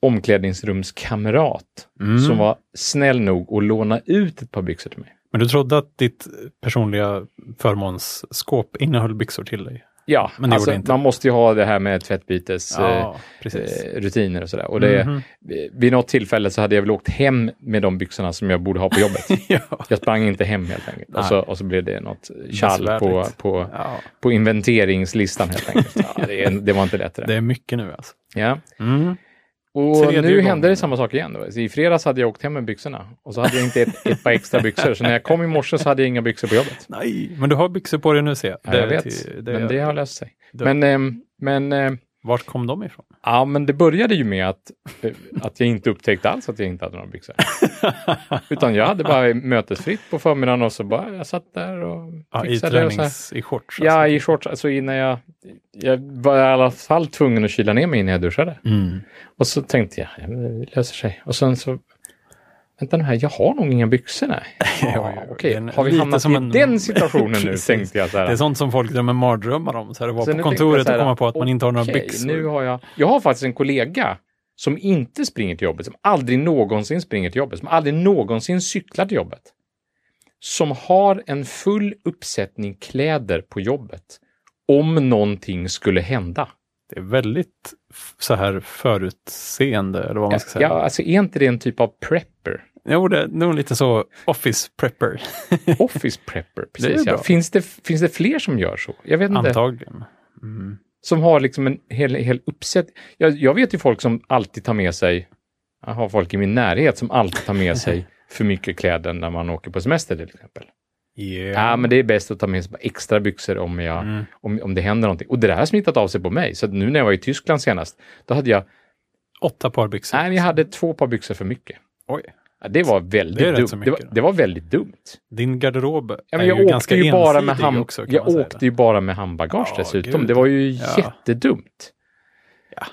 [SPEAKER 2] omklädningsrumskamrat
[SPEAKER 1] Mm.
[SPEAKER 2] som var snäll nog att låna ut ett par byxor till mig.
[SPEAKER 1] Men du trodde att ditt personliga förmånsskåp innehöll byxor till dig?
[SPEAKER 2] Ja,
[SPEAKER 1] Men det
[SPEAKER 2] alltså,
[SPEAKER 1] gjorde inte.
[SPEAKER 2] man måste ju ha det här med tvättbytes... eh,
[SPEAKER 1] Ja, precis.
[SPEAKER 2] eh, rutiner och sådär. Och det,
[SPEAKER 1] Mhm.
[SPEAKER 2] Vid något tillfälle så hade jag väl åkt hem med de byxorna som jag borde ha på jobbet.
[SPEAKER 1] ja.
[SPEAKER 2] Jag sprang inte hem helt enkelt. Och så,
[SPEAKER 1] Nej.
[SPEAKER 2] och så blev det något tjall på,
[SPEAKER 1] Besvärligt.
[SPEAKER 2] på,
[SPEAKER 1] ja,
[SPEAKER 2] på inventeringslistan helt enkelt. Ja, det, det var inte lätt det
[SPEAKER 1] det
[SPEAKER 2] där.
[SPEAKER 1] är mycket nu alltså.
[SPEAKER 2] Ja.
[SPEAKER 1] Mm.
[SPEAKER 2] Och
[SPEAKER 1] Tredje
[SPEAKER 2] nu
[SPEAKER 1] gången.
[SPEAKER 2] hände det samma sak igen. Då. Så I fredags hade jag åkt hem med byxorna och så hade jag inte ett, ett par extra byxor. Så när jag kom i morse så hade jag inga byxor på jobbet.
[SPEAKER 1] Nej, men du har byxor på dig nu ser jag.
[SPEAKER 2] Ja,
[SPEAKER 1] Det
[SPEAKER 2] jag
[SPEAKER 1] är
[SPEAKER 2] vet,
[SPEAKER 1] till- det är-
[SPEAKER 2] men det har löst sig.
[SPEAKER 1] Det-
[SPEAKER 2] Men, ehm, men, ehm,
[SPEAKER 1] Vart kom de ifrån?
[SPEAKER 2] ja, men det började ju med att, eh, att jag inte upptäckte alls att jag inte hade några byxor. Utan jag hade bara mötesfritt på förmiddagen och så bara, jag satt där och
[SPEAKER 1] ja, I
[SPEAKER 2] fixade. och så här.
[SPEAKER 1] tränings... I shorts?
[SPEAKER 2] Ja,
[SPEAKER 1] alltså.
[SPEAKER 2] i shorts. Alltså innan jag, jag var i alla fall tvungen att kyla ner mig innan jag duschade.
[SPEAKER 1] Mm.
[SPEAKER 2] Och så tänkte jag, ja, men det löser sig. Och sen så, vänta nu här, jag har nog inga byxor. Nej.
[SPEAKER 1] ja,
[SPEAKER 2] Ja,
[SPEAKER 1] ja. Det
[SPEAKER 2] Okej,
[SPEAKER 1] är en-
[SPEAKER 2] har vi
[SPEAKER 1] lite
[SPEAKER 2] hamnat i
[SPEAKER 1] som en-
[SPEAKER 2] den situationen nu,
[SPEAKER 1] Precis.
[SPEAKER 2] tänkte jag. Så här.
[SPEAKER 1] Det är sånt som folk drömmer mardrömmar om, så här, att vara
[SPEAKER 2] Sen
[SPEAKER 1] på
[SPEAKER 2] tänkte jag
[SPEAKER 1] kontoret
[SPEAKER 2] så här,
[SPEAKER 1] och komma på att man inte har några
[SPEAKER 2] okej,
[SPEAKER 1] byxor.
[SPEAKER 2] Nu har jag, jag har faktiskt en kollega som inte springer till jobbet, som aldrig någonsin springer till jobbet, som aldrig någonsin cyklar till jobbet. Som har en full uppsättning kläder på jobbet om någonting skulle hända.
[SPEAKER 1] Det är väldigt f- så här förutseende, eller vad man ska säga.
[SPEAKER 2] Ja, alltså är inte det en typ av prepper?
[SPEAKER 1] Jo, det är nog lite så office prepper,
[SPEAKER 2] Office prepper, precis.
[SPEAKER 1] bra.
[SPEAKER 2] ja. finns, det, finns det fler som gör så? Jag vet inte.
[SPEAKER 1] antagligen. Mm.
[SPEAKER 2] Som har liksom en hel, hel uppsätt. Jag, jag vet ju folk som alltid tar med sig, jag har folk i min närhet som alltid tar med sig för mycket kläder när man åker på semester till exempel.
[SPEAKER 1] Yeah.
[SPEAKER 2] Ja, men det är bäst att ta med sig bara extra byxor om, jag,
[SPEAKER 1] Mm.
[SPEAKER 2] om, om det händer någonting. Och det där har smittat av sig på mig. Så att nu när jag var i Tyskland senast, då hade jag,
[SPEAKER 1] Åtta par byxor.
[SPEAKER 2] nej, jag hade två par byxor för mycket.
[SPEAKER 1] Oj.
[SPEAKER 2] Ja, det var väldigt
[SPEAKER 1] Det är rätt så
[SPEAKER 2] dumt. Det
[SPEAKER 1] mycket
[SPEAKER 2] var,
[SPEAKER 1] då.
[SPEAKER 2] det var väldigt dumt.
[SPEAKER 1] Din garderob
[SPEAKER 2] Ja, men
[SPEAKER 1] är
[SPEAKER 2] jag
[SPEAKER 1] ju
[SPEAKER 2] åkte
[SPEAKER 1] ganska
[SPEAKER 2] ju bara med,
[SPEAKER 1] ensidig
[SPEAKER 2] hand,
[SPEAKER 1] också. Kan
[SPEAKER 2] jag
[SPEAKER 1] man säga.
[SPEAKER 2] åkte ju bara med handbagage
[SPEAKER 1] Ja,
[SPEAKER 2] dessutom.
[SPEAKER 1] gud.
[SPEAKER 2] Det var ju
[SPEAKER 1] Ja.
[SPEAKER 2] jättedumt.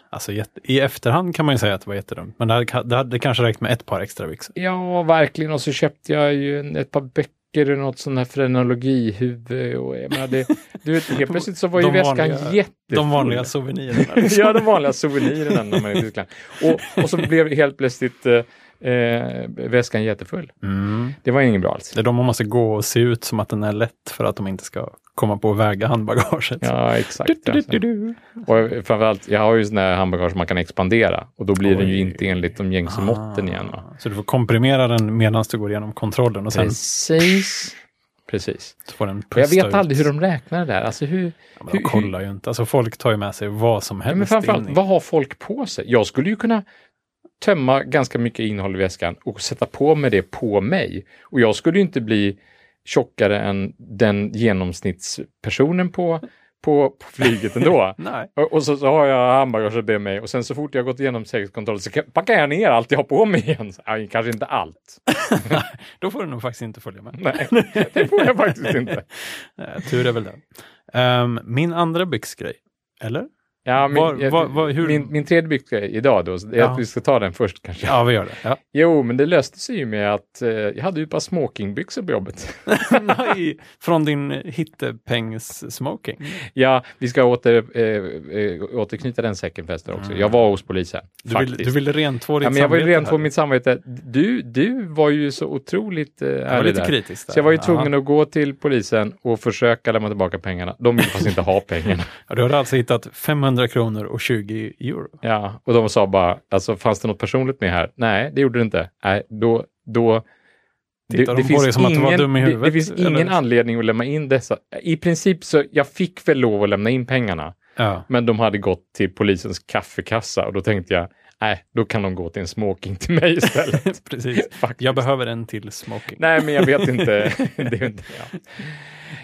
[SPEAKER 1] Alltså, jätte- I efterhand kan man ju säga att det var jättedumt, men det hade, det hade kanske räckt med ett par extra byxor.
[SPEAKER 2] Ja, verkligen. Och så köpte jag ju en, ett par böcker och något sånt här frenologihuvud. Och jag menar, det, du vet, helt plötsligt så var ju
[SPEAKER 1] De
[SPEAKER 2] väskan
[SPEAKER 1] vanliga-
[SPEAKER 2] jättefull.
[SPEAKER 1] De vanliga souvenirerna. liksom.
[SPEAKER 2] ja, de vanliga souvenirerna när man är i Tyskland. Och, och så blev helt plötsligt eh, eh, väskan jättefull.
[SPEAKER 1] Mm.
[SPEAKER 2] Det var ju inget bra alls.
[SPEAKER 1] Det är de man måste gå och se ut som att den är lätt för att de inte ska komma på att väga handbagaget.
[SPEAKER 2] Ja,
[SPEAKER 1] Du,
[SPEAKER 2] exakt.
[SPEAKER 1] du,
[SPEAKER 2] Alltså.
[SPEAKER 1] du, du.
[SPEAKER 2] Och framförallt, jag har ju sån här handbagage som man kan expandera. Och då blir den ju
[SPEAKER 1] Oj.
[SPEAKER 2] inte enligt de gängse måtten igen. Va?
[SPEAKER 1] Ah. Så du får komprimera den medan du går igenom kontrollen och sen
[SPEAKER 2] Precis. Precis.
[SPEAKER 1] så får den
[SPEAKER 2] Och jag
[SPEAKER 1] pusta
[SPEAKER 2] vet
[SPEAKER 1] ut.
[SPEAKER 2] aldrig hur de räknar det där. Alltså hur,
[SPEAKER 1] Ja, men
[SPEAKER 2] hur,
[SPEAKER 1] de
[SPEAKER 2] hur,
[SPEAKER 1] kollar ju inte. Alltså folk tar ju med sig vad som
[SPEAKER 2] ja, men
[SPEAKER 1] helst
[SPEAKER 2] framförallt,
[SPEAKER 1] in i.
[SPEAKER 2] vad har folk på sig? Jag skulle ju kunna tömma ganska mycket innehåll i väskan och sätta på mig det på mig. Och jag skulle ju inte bli tjockare än den genomsnittspersonen på, på, på flyget ändå.
[SPEAKER 1] Nej.
[SPEAKER 2] Och och så, så har jag handbagaget bredvid mig och sen så fort jag gått igenom säkerhetskontrollen så kan- packar jag ner allt jag har på mig igen. Så, ja, kanske inte allt.
[SPEAKER 1] Då får du nog faktiskt inte följa med.
[SPEAKER 2] Nej, det får jag faktiskt inte.
[SPEAKER 1] Eh, tur är väl det. Ehm, min andra byxgrej, eller?
[SPEAKER 2] Ja, min,
[SPEAKER 1] Var-
[SPEAKER 2] jag-
[SPEAKER 1] var- var- hur-
[SPEAKER 2] min, min tredje byxgrej idag då, så det är
[SPEAKER 1] Ja.
[SPEAKER 2] att vi ska ta den först kanske.
[SPEAKER 1] Ja, vi gör det. Ja.
[SPEAKER 2] Jo, men det löste sig ju med att eh, jag hade ju ett par smokingbyxor på jobbet.
[SPEAKER 1] Nej, Från din hittepengs-smoking.
[SPEAKER 2] ja, vi ska åter, eh, eh, återknyta den säcken förresten också. Jag var hos polisen,
[SPEAKER 1] Du vill,
[SPEAKER 2] faktiskt.
[SPEAKER 1] du vill rentvå ditt
[SPEAKER 2] ja, men jag var ju
[SPEAKER 1] samvete
[SPEAKER 2] rent på
[SPEAKER 1] här.
[SPEAKER 2] mitt samvete. Du, du var ju så otroligt eh,
[SPEAKER 1] Det var
[SPEAKER 2] ärlig
[SPEAKER 1] lite
[SPEAKER 2] där.
[SPEAKER 1] kritiskt. Där.
[SPEAKER 2] Så jag var ju tvungen att gå till polisen och försöka lämna tillbaka pengarna. De ville faktiskt inte ha pengarna.
[SPEAKER 1] Ja, du hade alltså hittat 500 kronor och 20 euro.
[SPEAKER 2] Ja, och de sa bara, alltså fanns det något personligt med här? Nej, det gjorde det inte. Nej, då, då
[SPEAKER 1] Tittar det, de på dig som att du var dum i huvudet?
[SPEAKER 2] Det, det finns ingen
[SPEAKER 1] eller?
[SPEAKER 2] anledning att lämna in dessa. I princip så, jag fick väl lov att lämna in pengarna,
[SPEAKER 1] Ja.
[SPEAKER 2] men de hade gått till polisens kaffekassa och då tänkte jag, nej, då kan de gå till en smoking till mig istället.
[SPEAKER 1] Precis.
[SPEAKER 2] Faktiskt.
[SPEAKER 1] Jag behöver en till smoking.
[SPEAKER 2] Nej, men jag vet inte. det är ju inte
[SPEAKER 1] Ja,
[SPEAKER 2] ja.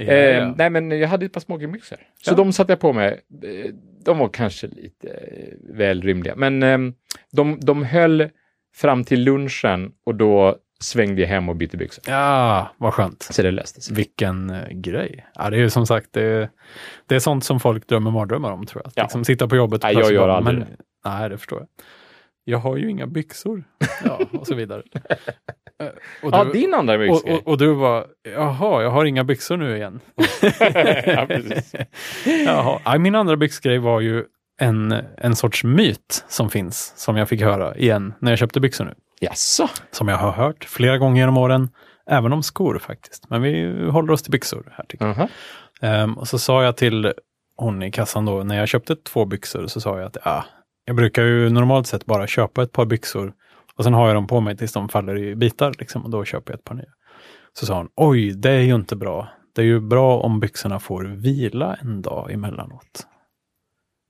[SPEAKER 2] Eh,
[SPEAKER 1] ja.
[SPEAKER 2] nej, men jag hade ett par smockingbyxor. Så
[SPEAKER 1] Ja.
[SPEAKER 2] de satte jag på mig. Eh, De var kanske lite eh, väl rymliga, men ehm, de, de höll fram till lunchen och då svängde jag hem och bytte byxor.
[SPEAKER 1] ja, vad skönt.
[SPEAKER 2] Så det löste sig.
[SPEAKER 1] Vilken eh, grej. Ja, det är ju som sagt, det är, det är sånt som folk drömmer mardrömmar om tror jag. Att
[SPEAKER 2] Ja.
[SPEAKER 1] liksom sitta på jobbet och
[SPEAKER 2] Nej, jag
[SPEAKER 1] plötsligt
[SPEAKER 2] gör
[SPEAKER 1] bara,
[SPEAKER 2] aldrig
[SPEAKER 1] men, Nej, det förstår jag. Jag har ju inga byxor. Ja, och så vidare. Eh, och,
[SPEAKER 2] Ja,
[SPEAKER 1] du,
[SPEAKER 2] din andra
[SPEAKER 1] och,
[SPEAKER 2] byxgrej.
[SPEAKER 1] och, och du var, jaha, jag har inga byxor nu igen.
[SPEAKER 2] ja, precis.
[SPEAKER 1] Jaha. Ja, Min andra byxgrej var ju en, en sorts myt som finns, som jag fick höra igen när jag köpte byxor nu.
[SPEAKER 2] Jaså?
[SPEAKER 1] Som jag har hört flera gånger genom åren, även om skor faktiskt. Men vi håller oss till byxor här tycker jag.
[SPEAKER 2] Jaha.
[SPEAKER 1] Ehm, och så sa jag till hon i kassan då, när jag köpte två byxor, så sa jag att ah, jag brukar ju normalt sett bara köpa ett par byxor och sen har jag dem på mig tills de faller i bitar liksom, och då köper jag ett par nya. Så sa hon, oj, det är ju inte bra. Det är ju bra om byxorna får vila en dag emellanåt.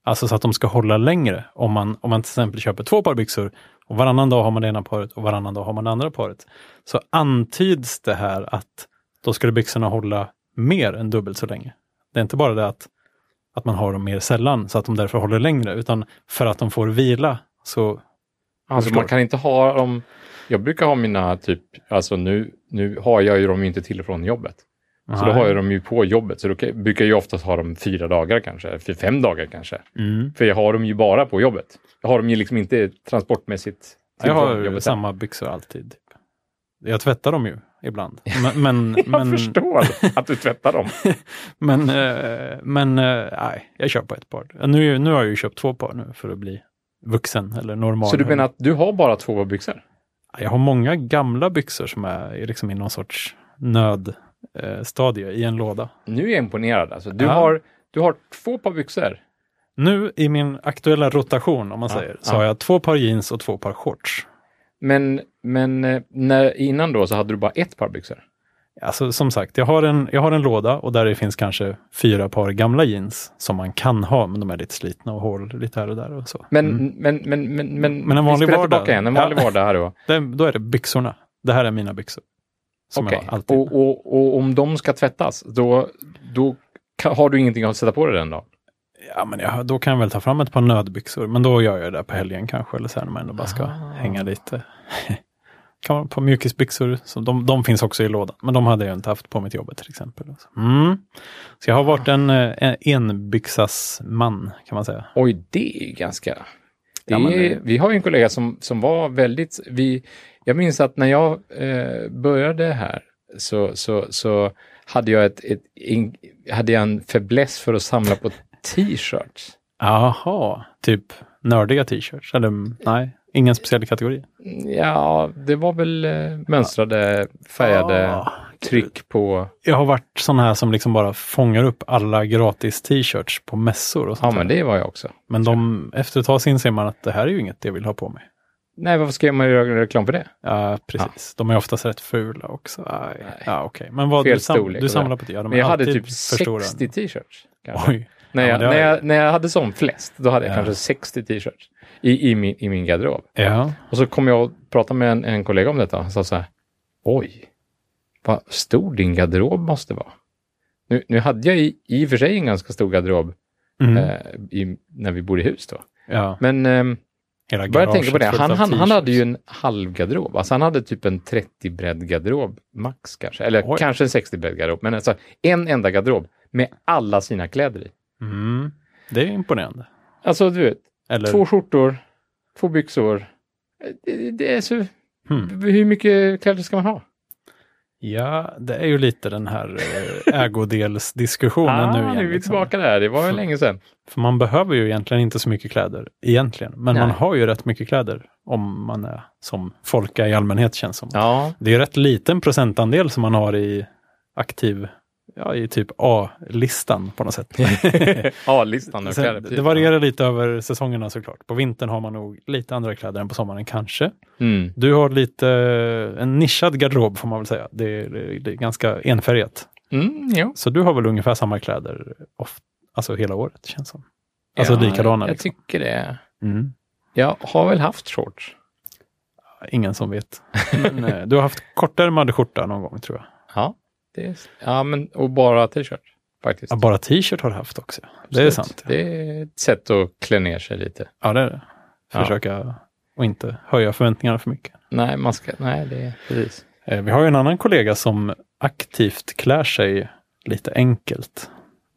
[SPEAKER 1] Alltså så att de ska hålla längre. Om man, om man till exempel köper två par byxor och varannan dag har man det ena paret och varannan dag har man det andra paret. Så antyds det här att då skulle byxorna hålla mer än dubbelt så länge. Det är inte bara det att, att man har dem mer sällan så att de därför håller längre, utan för att de får vila så
[SPEAKER 2] Alltså, man kan inte ha dem... Jag brukar ha mina typ... Alltså nu, nu har jag ju dem ju inte till och från jobbet. Så då har jag dem ju på jobbet. Så då kan- brukar jag ju oftast ha dem fyra dagar kanske. Fy- Fem dagar kanske.
[SPEAKER 1] Mm.
[SPEAKER 2] För jag har dem ju bara på jobbet. Jag har dem ju liksom inte transportmässigt. till
[SPEAKER 1] Jag
[SPEAKER 2] och från
[SPEAKER 1] har
[SPEAKER 2] jobbet.
[SPEAKER 1] samma byxor alltid. Typ. Jag tvättar dem ju ibland. Men, men,
[SPEAKER 2] Jag
[SPEAKER 1] men,
[SPEAKER 2] förstår att du tvättar dem.
[SPEAKER 1] men, eh, men eh, nej, jag kör på ett par. Nu, nu har jag ju köpt två par nu för att bli vuxen eller normal.
[SPEAKER 2] Så du menar att du har bara två par byxor?
[SPEAKER 1] Jag har många gamla byxor som är liksom i någon sorts nödstadie i en låda.
[SPEAKER 2] Nu är jag imponerad. Alltså, du,
[SPEAKER 1] Ja.
[SPEAKER 2] har, du har två par byxor.
[SPEAKER 1] Nu i min aktuella rotation, om man
[SPEAKER 2] Ja,
[SPEAKER 1] säger, så
[SPEAKER 2] ja.
[SPEAKER 1] har jag två par jeans och två par shorts.
[SPEAKER 2] Men, men eh, när, innan då så hade du bara ett par byxor.
[SPEAKER 1] Alltså som sagt, jag har, en, jag har en låda och där det finns kanske fyra par gamla jeans som man kan ha, men de är lite slitna och hål lite här och där och så. Mm.
[SPEAKER 2] Men, men, men, men, men,
[SPEAKER 1] Men en
[SPEAKER 2] vi
[SPEAKER 1] vanlig
[SPEAKER 2] spelar
[SPEAKER 1] vardag.
[SPEAKER 2] Tillbaka igen, en vanlig
[SPEAKER 1] Ja.
[SPEAKER 2] vardag här då.
[SPEAKER 1] Det, då är det byxorna. Det här är mina byxor. Som
[SPEAKER 2] Okej.
[SPEAKER 1] jag alltid.
[SPEAKER 2] Och, och, och om de ska tvättas, då, då kan, har du ingenting att sätta på dig den dagen?
[SPEAKER 1] Ja, men jag, då kan jag väl ta fram ett par nödbyxor, men då gör jag det på helgen kanske, eller så här när man ändå bara ska
[SPEAKER 2] Ah.
[SPEAKER 1] hänga lite. kan man på mjukisbyxor, så de, de finns också i lådan, men de hade jag inte haft på mitt jobb till exempel. Mm. Så jag har varit en eh, enbyxas man, kan man säga.
[SPEAKER 2] Oj, det är ju ganska... Det
[SPEAKER 1] Ja, men det-
[SPEAKER 2] är, vi har ju en kollega som, som var väldigt... Vi, jag minns att när jag eh, började här så, så, så hade jag, ett, ett, in, hade jag en fäbless för att samla på t-shirts.
[SPEAKER 1] Jaha, typ nördiga t-shirts, eller mm, nej, ingen speciell kategori.
[SPEAKER 2] Ja, det var väl eh, mönstrade, färgade
[SPEAKER 1] Ah,
[SPEAKER 2] tryck på...
[SPEAKER 1] Jag har varit sån här som liksom bara fångar upp alla gratis t-shirts på mässor och sånt
[SPEAKER 2] Ja, men
[SPEAKER 1] där.
[SPEAKER 2] det var jag också.
[SPEAKER 1] Men de, efter ett tag så inser man att det här är ju inget jag vill ha på mig.
[SPEAKER 2] Nej, varför ska man göra reklam för det?
[SPEAKER 1] Ja, precis. De är oftast rätt fula också. Aj.
[SPEAKER 2] Nej.
[SPEAKER 1] Ja, okej. Men vad
[SPEAKER 2] Fel
[SPEAKER 1] du, sam-
[SPEAKER 2] storlek och
[SPEAKER 1] du
[SPEAKER 2] så
[SPEAKER 1] samlar på det? Ja, de
[SPEAKER 2] Men jag
[SPEAKER 1] är
[SPEAKER 2] hade
[SPEAKER 1] alltid
[SPEAKER 2] typ
[SPEAKER 1] för stora.
[SPEAKER 2] 60 t-shirts. kanske.
[SPEAKER 1] Oj.
[SPEAKER 2] När,
[SPEAKER 1] Ja,
[SPEAKER 2] jag,
[SPEAKER 1] men det
[SPEAKER 2] när,
[SPEAKER 1] har
[SPEAKER 2] jag, när jag hade som flest, då hade jag
[SPEAKER 1] Ja.
[SPEAKER 2] kanske 60 t-shirts i, i, min, i min garderob.
[SPEAKER 1] Ja.
[SPEAKER 2] Och så kom jag och pratade med en, en kollega om detta. Han sa så här, oj, vad stor din garderob måste vara. Nu, nu hade jag i, i och för sig en ganska stor garderob
[SPEAKER 1] Mm.
[SPEAKER 2] eh, i, när vi bodde i hus då.
[SPEAKER 1] ja.
[SPEAKER 2] Men eh,
[SPEAKER 1] Hela
[SPEAKER 2] började tänka på det,
[SPEAKER 1] garaget
[SPEAKER 2] han,
[SPEAKER 1] fullt av
[SPEAKER 2] han, han hade ju
[SPEAKER 1] t-shirts.
[SPEAKER 2] en halv garderob. Alltså han hade typ en 30 bredd garderob, max kanske. Eller
[SPEAKER 1] Oj.
[SPEAKER 2] kanske en 60 bredd garderob, men alltså en enda garderob med alla sina kläder i.
[SPEAKER 1] Mm. Det är imponerande.
[SPEAKER 2] Alltså du vet,
[SPEAKER 1] Eller,
[SPEAKER 2] Två skjortor, två byxor. Det, det är så,
[SPEAKER 1] Hmm.
[SPEAKER 2] Hur mycket kläder ska man ha?
[SPEAKER 1] Ja, det är ju lite den här eh, ägodelsdiskussionen nu igen.
[SPEAKER 2] Ah, nu är vi
[SPEAKER 1] liksom.
[SPEAKER 2] tillbaka där. Det var ju
[SPEAKER 1] Mm.
[SPEAKER 2] länge sedan.
[SPEAKER 1] För man behöver ju egentligen inte så mycket kläder, egentligen. Men man
[SPEAKER 2] Nej.
[SPEAKER 1] har ju rätt mycket kläder om man är som folk är i allmänhet känns som.
[SPEAKER 2] Ja,
[SPEAKER 1] Det är rätt liten procentandel som man har i aktiv ja, i typ A-listan på något sätt.
[SPEAKER 2] A-listan och typ.
[SPEAKER 1] Sen,
[SPEAKER 2] klädeprylar.
[SPEAKER 1] det varierar lite över säsongerna såklart. På vintern har man nog lite andra kläder än på sommaren kanske.
[SPEAKER 2] Mm.
[SPEAKER 1] Du har lite en nischad garderob får man väl säga. Det är, det är- det är ganska enfärgat.
[SPEAKER 2] Mm, ja.
[SPEAKER 1] Så du har väl ungefär samma kläder of, alltså hela året känns som. Alltså
[SPEAKER 2] ja,
[SPEAKER 1] likadana.
[SPEAKER 2] Jag
[SPEAKER 1] Liksom.
[SPEAKER 2] tycker det.
[SPEAKER 1] Mm.
[SPEAKER 2] Jag har väl haft shorts.
[SPEAKER 1] Ingen som vet. Men, eh, du har haft kortärmad skjorta någon gång tror jag.
[SPEAKER 2] Ja, det är, ja men, och bara t-shirt faktiskt.
[SPEAKER 1] Ja, bara t-shirt har du haft också. Det är
[SPEAKER 2] Absolut.
[SPEAKER 1] sant.
[SPEAKER 2] Det är ett sätt att klä ner sig lite.
[SPEAKER 1] Ja, det är det.
[SPEAKER 2] Ja.
[SPEAKER 1] Försöka och inte höja förväntningarna för mycket.
[SPEAKER 2] Nej, man ska, nej det är precis.
[SPEAKER 1] Eh, Vi har ju en annan kollega som aktivt klär sig lite enkelt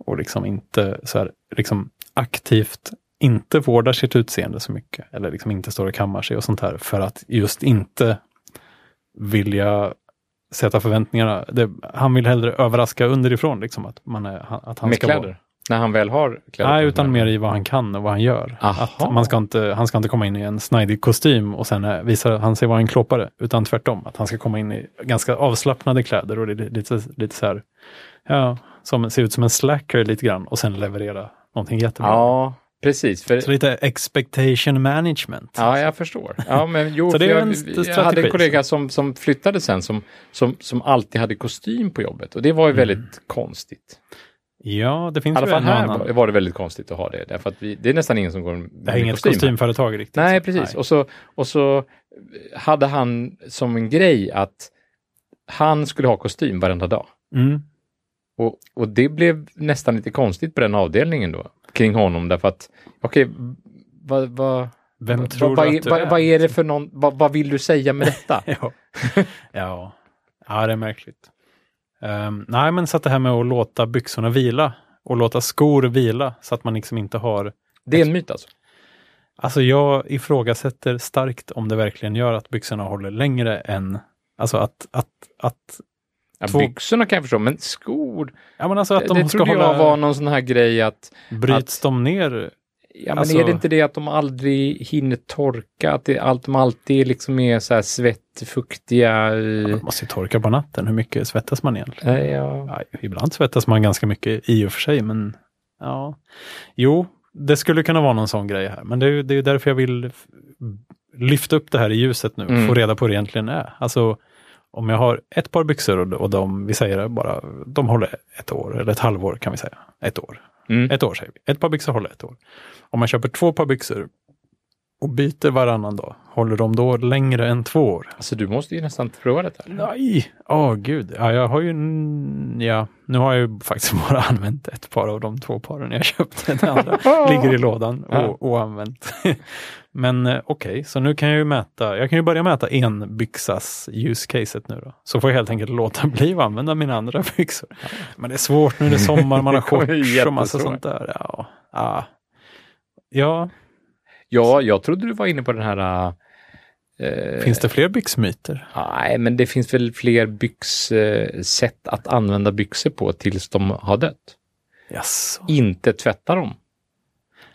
[SPEAKER 1] och liksom inte så här, liksom aktivt inte vårdar sitt utseende så mycket eller liksom inte står och kammar sig och sånt här för att just inte vilja sätta förväntningarna. Det, han vill hellre överraska underifrån, liksom att, man är, han- att han
[SPEAKER 2] Med
[SPEAKER 1] ska
[SPEAKER 2] kläder?
[SPEAKER 1] Vara,
[SPEAKER 2] När han väl har kläder?
[SPEAKER 1] nej,
[SPEAKER 2] på
[SPEAKER 1] utan
[SPEAKER 2] sig.
[SPEAKER 1] mer i vad han kan och vad han gör.
[SPEAKER 2] Aha.
[SPEAKER 1] Att man ska inte, han ska inte komma in i en snajdig kostym och sen eh, visa han sig vara en klåpare, utan tvärtom. Att han ska komma in i ganska avslappnade kläder och det är lite, lite så här, ja, som ser ut som en slacker lite grann och sen leverera någonting jättebra.
[SPEAKER 2] Ja, precis. För,
[SPEAKER 1] Så lite expectation management.
[SPEAKER 2] Ja, jag förstår. Ja, men jo,
[SPEAKER 1] Så det
[SPEAKER 2] för
[SPEAKER 1] är
[SPEAKER 2] jag,
[SPEAKER 1] en
[SPEAKER 2] jag hade
[SPEAKER 1] strategi.
[SPEAKER 2] en kollega som, som flyttade sen som, som, som alltid hade kostym på jobbet och det var ju väldigt konstigt.
[SPEAKER 1] Ja, det
[SPEAKER 2] I
[SPEAKER 1] Mm. finns
[SPEAKER 2] alla
[SPEAKER 1] ju
[SPEAKER 2] fall
[SPEAKER 1] en och
[SPEAKER 2] här
[SPEAKER 1] annan.
[SPEAKER 2] var, var det väldigt konstigt att ha det, därför att vi, det är nästan ingen som går
[SPEAKER 1] Det
[SPEAKER 2] med
[SPEAKER 1] är inget kostymföretag riktigt.
[SPEAKER 2] Nej, precis.
[SPEAKER 1] Nej.
[SPEAKER 2] Och, så, och så hade han som en grej att han skulle ha kostym varenda dag.
[SPEAKER 1] Mm.
[SPEAKER 2] Och, och det blev nästan lite konstigt på den avdelningen då, kring honom, därför att, okej, vad, vad,
[SPEAKER 1] Vem
[SPEAKER 2] vad-
[SPEAKER 1] tror
[SPEAKER 2] vad,
[SPEAKER 1] du
[SPEAKER 2] är-
[SPEAKER 1] att du
[SPEAKER 2] vad,
[SPEAKER 1] är?
[SPEAKER 2] vad är det för någon, vad, vad vill du säga med detta?
[SPEAKER 1] ja. ja. ja, det är märkligt. Ehm, nej, men så att det här med att låta byxorna vila och låta skor vila så att man liksom inte har...
[SPEAKER 2] Det är en myt alltså?
[SPEAKER 1] Alltså jag ifrågasätter starkt om det verkligen gör att byxorna håller längre än... Alltså att... att, att
[SPEAKER 2] Ja,
[SPEAKER 1] Två-
[SPEAKER 2] byxorna kan jag förstå, men skor,
[SPEAKER 1] ja, men alltså att de
[SPEAKER 2] det
[SPEAKER 1] ska
[SPEAKER 2] trodde
[SPEAKER 1] hålla...
[SPEAKER 2] jag var någon sån här grej att,
[SPEAKER 1] Bryts de ner?
[SPEAKER 2] ja men
[SPEAKER 1] Alltså-
[SPEAKER 2] är det inte det att de aldrig hinner torka, att det, allt, de alltid liksom är så här svettfuktiga? eh,
[SPEAKER 1] Man måste ju torka på natten. Hur mycket svettas man egentligen?
[SPEAKER 2] Nej, ja.
[SPEAKER 1] Ja, ibland svettas man ganska mycket i och för sig, men ja. Jo, det skulle kunna vara någon sån grej här, men det är ju det är ju därför jag vill f- lyfta upp det här i ljuset nu,
[SPEAKER 2] Mm.
[SPEAKER 1] få reda på hur det egentligen är. Alltså, om jag har ett par byxor och, och de, vi säger det bara, de håller ett år eller ett halvår kan vi säga. Ett år.
[SPEAKER 2] Mm.
[SPEAKER 1] Ett år säger vi. Ett par byxor håller ett år. Om man köper två par byxor och byter varannan dag, håller de då längre än två år?
[SPEAKER 2] Alltså du måste ju nästan prova det här.
[SPEAKER 1] Nej! Åh gud. Ja, jag har ju, n- ja, nu har jag ju faktiskt bara använt ett par av de två paren jag köpte. Det andra ligger i lådan
[SPEAKER 2] Ja.
[SPEAKER 1] och, oanvänt. Men eh, okej, så nu kan jag ju mäta, jag kan ju börja mäta en byxas use caset nu då. Så får jag helt enkelt låta bli att använda mina andra byxor. Men det är svårt nu, det är sommar, man har
[SPEAKER 2] Det kommer bli
[SPEAKER 1] shorts och massa
[SPEAKER 2] jättesvårt.
[SPEAKER 1] sånt där. Ja, ja. ja
[SPEAKER 2] Ja, jag trodde du var inne på den här... eh,
[SPEAKER 1] finns det fler byxmyter?
[SPEAKER 2] Nej, men det finns väl fler byx, eh, sätt att använda byxor på tills de har dött.
[SPEAKER 1] Jaså?
[SPEAKER 2] Inte tvätta dem.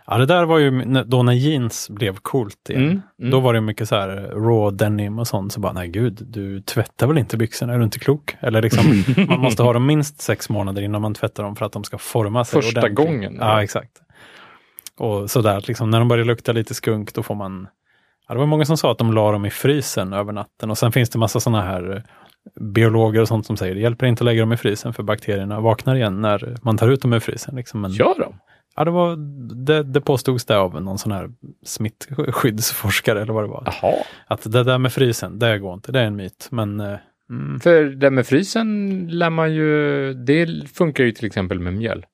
[SPEAKER 1] Ja, det där var ju n- då när jeans blev coolt igen.
[SPEAKER 2] Mm, mm.
[SPEAKER 1] Då var det mycket så här raw denim och sånt. Så bara, nej gud, du tvättar väl inte byxorna? Är du inte klok? Eller liksom, man måste ha dem minst sex månader innan man tvättar dem för att de ska forma sig
[SPEAKER 2] Första
[SPEAKER 1] ordentligt.
[SPEAKER 2] gången.
[SPEAKER 1] Ja, exakt. Och sådär, att liksom, när de börjar lukta lite skunk, då får man... Ja, det var många som sa att de la dem i frysen över natten. Och sen finns det massa sådana här eh, biologer och sånt som säger, det hjälper inte att lägga dem i frysen för bakterierna vaknar igen när man tar ut dem ur frysen. Liksom. Men,
[SPEAKER 2] Gör dem.
[SPEAKER 1] Ja, det, var, det, det påstods det av någon sån här smittskyddsforskare eller vad det var.
[SPEAKER 2] Jaha.
[SPEAKER 1] Att det där med frysen, det går inte, det är en myt. Men eh, mm,
[SPEAKER 2] För det med frysen lär man ju... Det funkar ju till exempel med mjöl.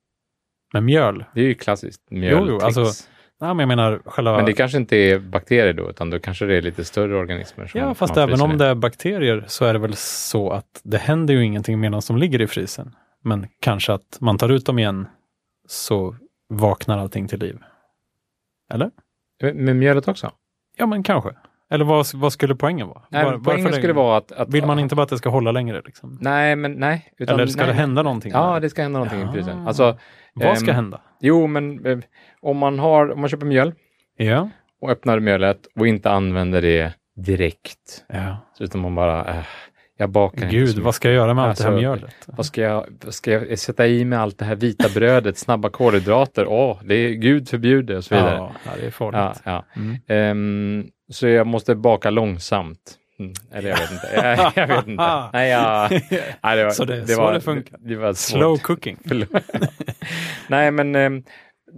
[SPEAKER 1] med mjöl,
[SPEAKER 2] Det är ju klassiskt
[SPEAKER 1] jo,
[SPEAKER 2] mjöltrix.
[SPEAKER 1] alltså- nej men jag menar själva...
[SPEAKER 2] Men det kanske inte är bakterier då, utan då kanske det är lite större organismer. som
[SPEAKER 1] ja,
[SPEAKER 2] man
[SPEAKER 1] fast
[SPEAKER 2] fryser
[SPEAKER 1] även om
[SPEAKER 2] i.
[SPEAKER 1] det är bakterier så är det väl så att det händer ju ingenting medan de ligger i frysen. Men kanske att man tar ut dem igen så vaknar allting till liv. Eller?
[SPEAKER 2] Med, med mjölet också?
[SPEAKER 1] Ja, men kanske. Eller vad, vad skulle poängen vara?
[SPEAKER 2] Nej,
[SPEAKER 1] Var-
[SPEAKER 2] men
[SPEAKER 1] varför
[SPEAKER 2] poängen
[SPEAKER 1] det-
[SPEAKER 2] skulle vara att... att
[SPEAKER 1] Vill man inte bara att det ska hålla längre? Liksom?
[SPEAKER 2] Nej, men nej. utan-
[SPEAKER 1] Eller ska
[SPEAKER 2] nej.
[SPEAKER 1] det Ah. hända någonting?
[SPEAKER 2] Ja, det ska hända någonting i
[SPEAKER 1] Ja.
[SPEAKER 2] frysen. Alltså,
[SPEAKER 1] Vad ska
[SPEAKER 2] Ehm,
[SPEAKER 1] hända?
[SPEAKER 2] jo, men eh, om man, har, om man köper mjöl
[SPEAKER 1] Ja.
[SPEAKER 2] och öppnar mjölet och inte använder det direkt,
[SPEAKER 1] ja.
[SPEAKER 2] utan man bara, eh, Jag bakar inte så
[SPEAKER 1] Gud,
[SPEAKER 2] mycket.
[SPEAKER 1] vad ska jag göra med allt det här
[SPEAKER 2] Alltså,
[SPEAKER 1] mjölet?
[SPEAKER 2] Vad ska, jag, vad ska jag sätta i med allt det här vita brödet, snabba kolhydrater? Åh, det är Gud förbjuder och så vidare.
[SPEAKER 1] Ja, ja, det är farligt.
[SPEAKER 2] Ja, ja.
[SPEAKER 1] Mm.
[SPEAKER 2] Ehm, så jag måste baka långsamt. Mm, eller jag vet inte. Jag, jag vet inte. Nej, jag, nej, det var,
[SPEAKER 1] Så det är så
[SPEAKER 2] var,
[SPEAKER 1] det funkar.
[SPEAKER 2] Det var svårt.
[SPEAKER 1] Slow cooking.
[SPEAKER 2] Förlåt. nej, men ehm,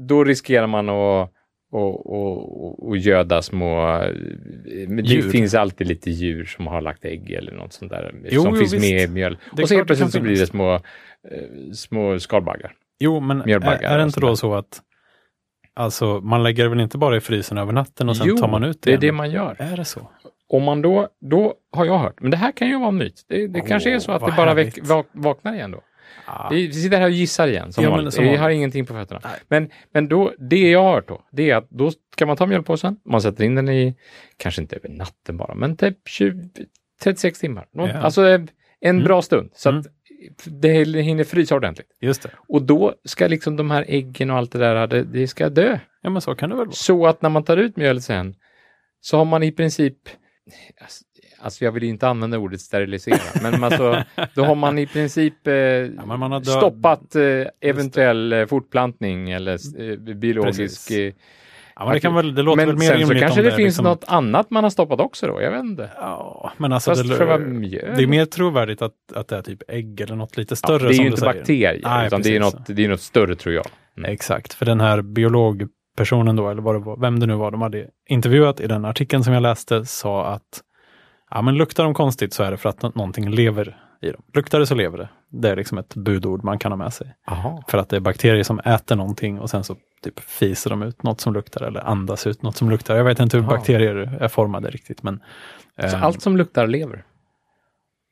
[SPEAKER 2] då riskerar man att och, och, och, och göda små... eh, Men det
[SPEAKER 1] Djur.
[SPEAKER 2] finns alltid lite djur som har lagt ägg eller något sånt där eh,
[SPEAKER 1] Jo,
[SPEAKER 2] som
[SPEAKER 1] jo,
[SPEAKER 2] finns med i
[SPEAKER 1] visst.
[SPEAKER 2] mjöl.
[SPEAKER 1] är
[SPEAKER 2] Och så helt
[SPEAKER 1] klart det kan
[SPEAKER 2] plötsligt så blir
[SPEAKER 1] finnas.
[SPEAKER 2] det små, eh, små skalbaggar.
[SPEAKER 1] Jo, men är,
[SPEAKER 2] Mjölbaggar
[SPEAKER 1] är det
[SPEAKER 2] och
[SPEAKER 1] inte
[SPEAKER 2] sånt där.
[SPEAKER 1] då så att alltså, man lägger det väl inte bara i frysen över natten och sen
[SPEAKER 2] Jo,
[SPEAKER 1] tar man ut det?
[SPEAKER 2] Det är det
[SPEAKER 1] igen?
[SPEAKER 2] man gör.
[SPEAKER 1] Är det så?
[SPEAKER 2] Om man då, då har jag hört, men det här kan ju vara en myt. Det, det
[SPEAKER 1] Åh,
[SPEAKER 2] kanske är så att det
[SPEAKER 1] vad
[SPEAKER 2] bara väck,
[SPEAKER 1] härligt.
[SPEAKER 2] vak, vaknar igen då.
[SPEAKER 1] Ah.
[SPEAKER 2] Vi vi sitter här och gissar igen, som
[SPEAKER 1] Ja, men
[SPEAKER 2] vanligt.
[SPEAKER 1] som
[SPEAKER 2] vi
[SPEAKER 1] vanligt.
[SPEAKER 2] har ingenting på fötterna.
[SPEAKER 1] Nej.
[SPEAKER 2] Men, men då, det jag har hört då, det är att då ska man ta mjölpåsen, man sätter in den i, kanske inte över natten bara, men typ 20, 36 timmar. Nå-
[SPEAKER 1] Ja. Mm.
[SPEAKER 2] Alltså eh, en bra stund, så att det hinner frysa ordentligt.
[SPEAKER 1] Just det.
[SPEAKER 2] Och då ska liksom de här äggen och allt det där, det, det ska dö.
[SPEAKER 1] Ja, men så kan det väl vara.
[SPEAKER 2] Så att när man tar ut mjölet sen, så har man i princip, alltså- alltså jag vill ju inte använda ordet sterilisera, men alltså, då har man i princip eh,
[SPEAKER 1] men man har dö-
[SPEAKER 2] stoppat eh, eventuell eh, fortplantning eller eh, biologisk...
[SPEAKER 1] Precis.
[SPEAKER 2] eh,
[SPEAKER 1] Ja, men det, kan väl, det låter väl
[SPEAKER 2] men
[SPEAKER 1] mer
[SPEAKER 2] sen så
[SPEAKER 1] rimligt
[SPEAKER 2] kanske
[SPEAKER 1] om
[SPEAKER 2] det,
[SPEAKER 1] är
[SPEAKER 2] finns
[SPEAKER 1] liksom-
[SPEAKER 2] något annat man har stoppat också då, jag vet inte.
[SPEAKER 1] Ja, men alltså
[SPEAKER 2] Fast
[SPEAKER 1] det,
[SPEAKER 2] själva mjöl...
[SPEAKER 1] det är mer trovärdigt att, att det är typ ägg eller något lite
[SPEAKER 2] ja,
[SPEAKER 1] större.
[SPEAKER 2] det är
[SPEAKER 1] som
[SPEAKER 2] ju
[SPEAKER 1] du
[SPEAKER 2] inte
[SPEAKER 1] säger.
[SPEAKER 2] bakterier,
[SPEAKER 1] Nej,
[SPEAKER 2] utan det är,
[SPEAKER 1] precis.
[SPEAKER 2] något, det är något större tror jag.
[SPEAKER 1] Exakt, för den här biologpersonen då, eller vad det var, vem det nu var de hade intervjuat i den artikeln som jag läste, sa att ja, men luktar de konstigt så är det för att nå- någonting lever i dem. Luktar det så lever det. Det är liksom ett budord man kan ha med sig.
[SPEAKER 2] Aha.
[SPEAKER 1] För att det är bakterier som äter någonting och sen så typ fiser de ut något som luktar eller andas ut något som luktar. Jag vet inte hur
[SPEAKER 2] Aha.
[SPEAKER 1] bakterier är formade riktigt, men
[SPEAKER 2] Så
[SPEAKER 1] ehm,
[SPEAKER 2] allt som luktar lever.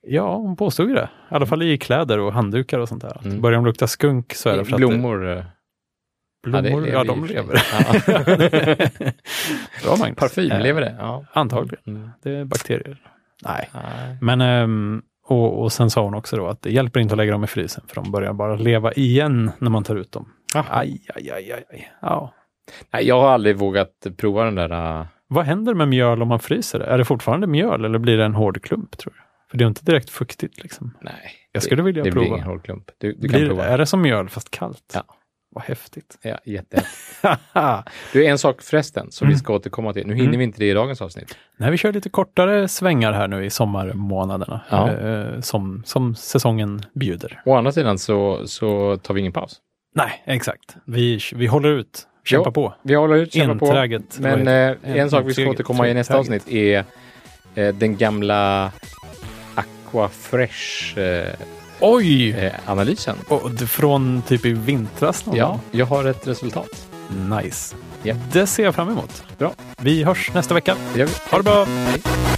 [SPEAKER 1] ja, hon påstod ju det. I alla fall i kläder och handdukar och sånt där. Att
[SPEAKER 2] Mm.
[SPEAKER 1] Börjar de lukta skunk så är det för att det,
[SPEAKER 2] Blommor. eh,
[SPEAKER 1] blommor, ja,
[SPEAKER 2] det
[SPEAKER 1] de
[SPEAKER 2] i och för
[SPEAKER 1] lever.
[SPEAKER 2] sig. Ja.
[SPEAKER 1] Bra Magnus.
[SPEAKER 2] Parfym,
[SPEAKER 1] Eh,
[SPEAKER 2] lever det? Ja.
[SPEAKER 1] Antagligen.
[SPEAKER 2] Mm.
[SPEAKER 1] Det är bakterier. Nej.
[SPEAKER 2] Nej.
[SPEAKER 1] Men, ehm, och, och sen sa hon också då att det hjälper inte att lägga dem i frysen för de börjar bara leva igen när man tar ut dem. Aj, aj, aj, aj, aj. Ja.
[SPEAKER 2] Nej, jag har aldrig vågat prova den där. äh,
[SPEAKER 1] Vad händer med mjöl om man fryser det? Är det fortfarande mjöl eller blir det en hård klump tror du? För det är ju inte direkt fuktigt liksom.
[SPEAKER 2] Nej,
[SPEAKER 1] Jag skulle vilja
[SPEAKER 2] det blir
[SPEAKER 1] prova.
[SPEAKER 2] ingen hårklump. Du, du kan
[SPEAKER 1] Blir,
[SPEAKER 2] prova.
[SPEAKER 1] Är det som mjöl fast kallt?
[SPEAKER 2] Ja.
[SPEAKER 1] Vad häftigt.
[SPEAKER 2] Ja, jätte. Du, en sak förresten som vi ska återkomma till. Nu hinner
[SPEAKER 1] Mm.
[SPEAKER 2] vi inte det i dagens avsnitt.
[SPEAKER 1] Nej, vi kör lite kortare svängar här nu i sommarmånaderna.
[SPEAKER 2] Ja.
[SPEAKER 1] eh, som, som säsongen bjuder.
[SPEAKER 2] Å andra sidan så, så tar vi ingen paus.
[SPEAKER 1] Nej, exakt. Vi, vi håller ut. Kämpa
[SPEAKER 2] Ja.
[SPEAKER 1] på.
[SPEAKER 2] Vi håller ut, kämpar på.
[SPEAKER 1] Enträget.
[SPEAKER 2] Men
[SPEAKER 1] Vad heter
[SPEAKER 2] eh, en sak vi ska
[SPEAKER 1] Enträget.
[SPEAKER 2] återkomma i nästa
[SPEAKER 1] Enträget.
[SPEAKER 2] avsnitt är eh, den gamla eh, Aquafresh-analysen.
[SPEAKER 1] det? Oj! Och d- från typ i vintras någon
[SPEAKER 2] eh, Ja, jag har ett resultat.
[SPEAKER 1] gång. Nice.
[SPEAKER 2] Ja.
[SPEAKER 1] Det ser jag fram emot.
[SPEAKER 2] Bra.
[SPEAKER 1] Vi hörs nästa vecka.
[SPEAKER 2] Det gör vi.
[SPEAKER 1] Ha det bra!
[SPEAKER 2] Hej.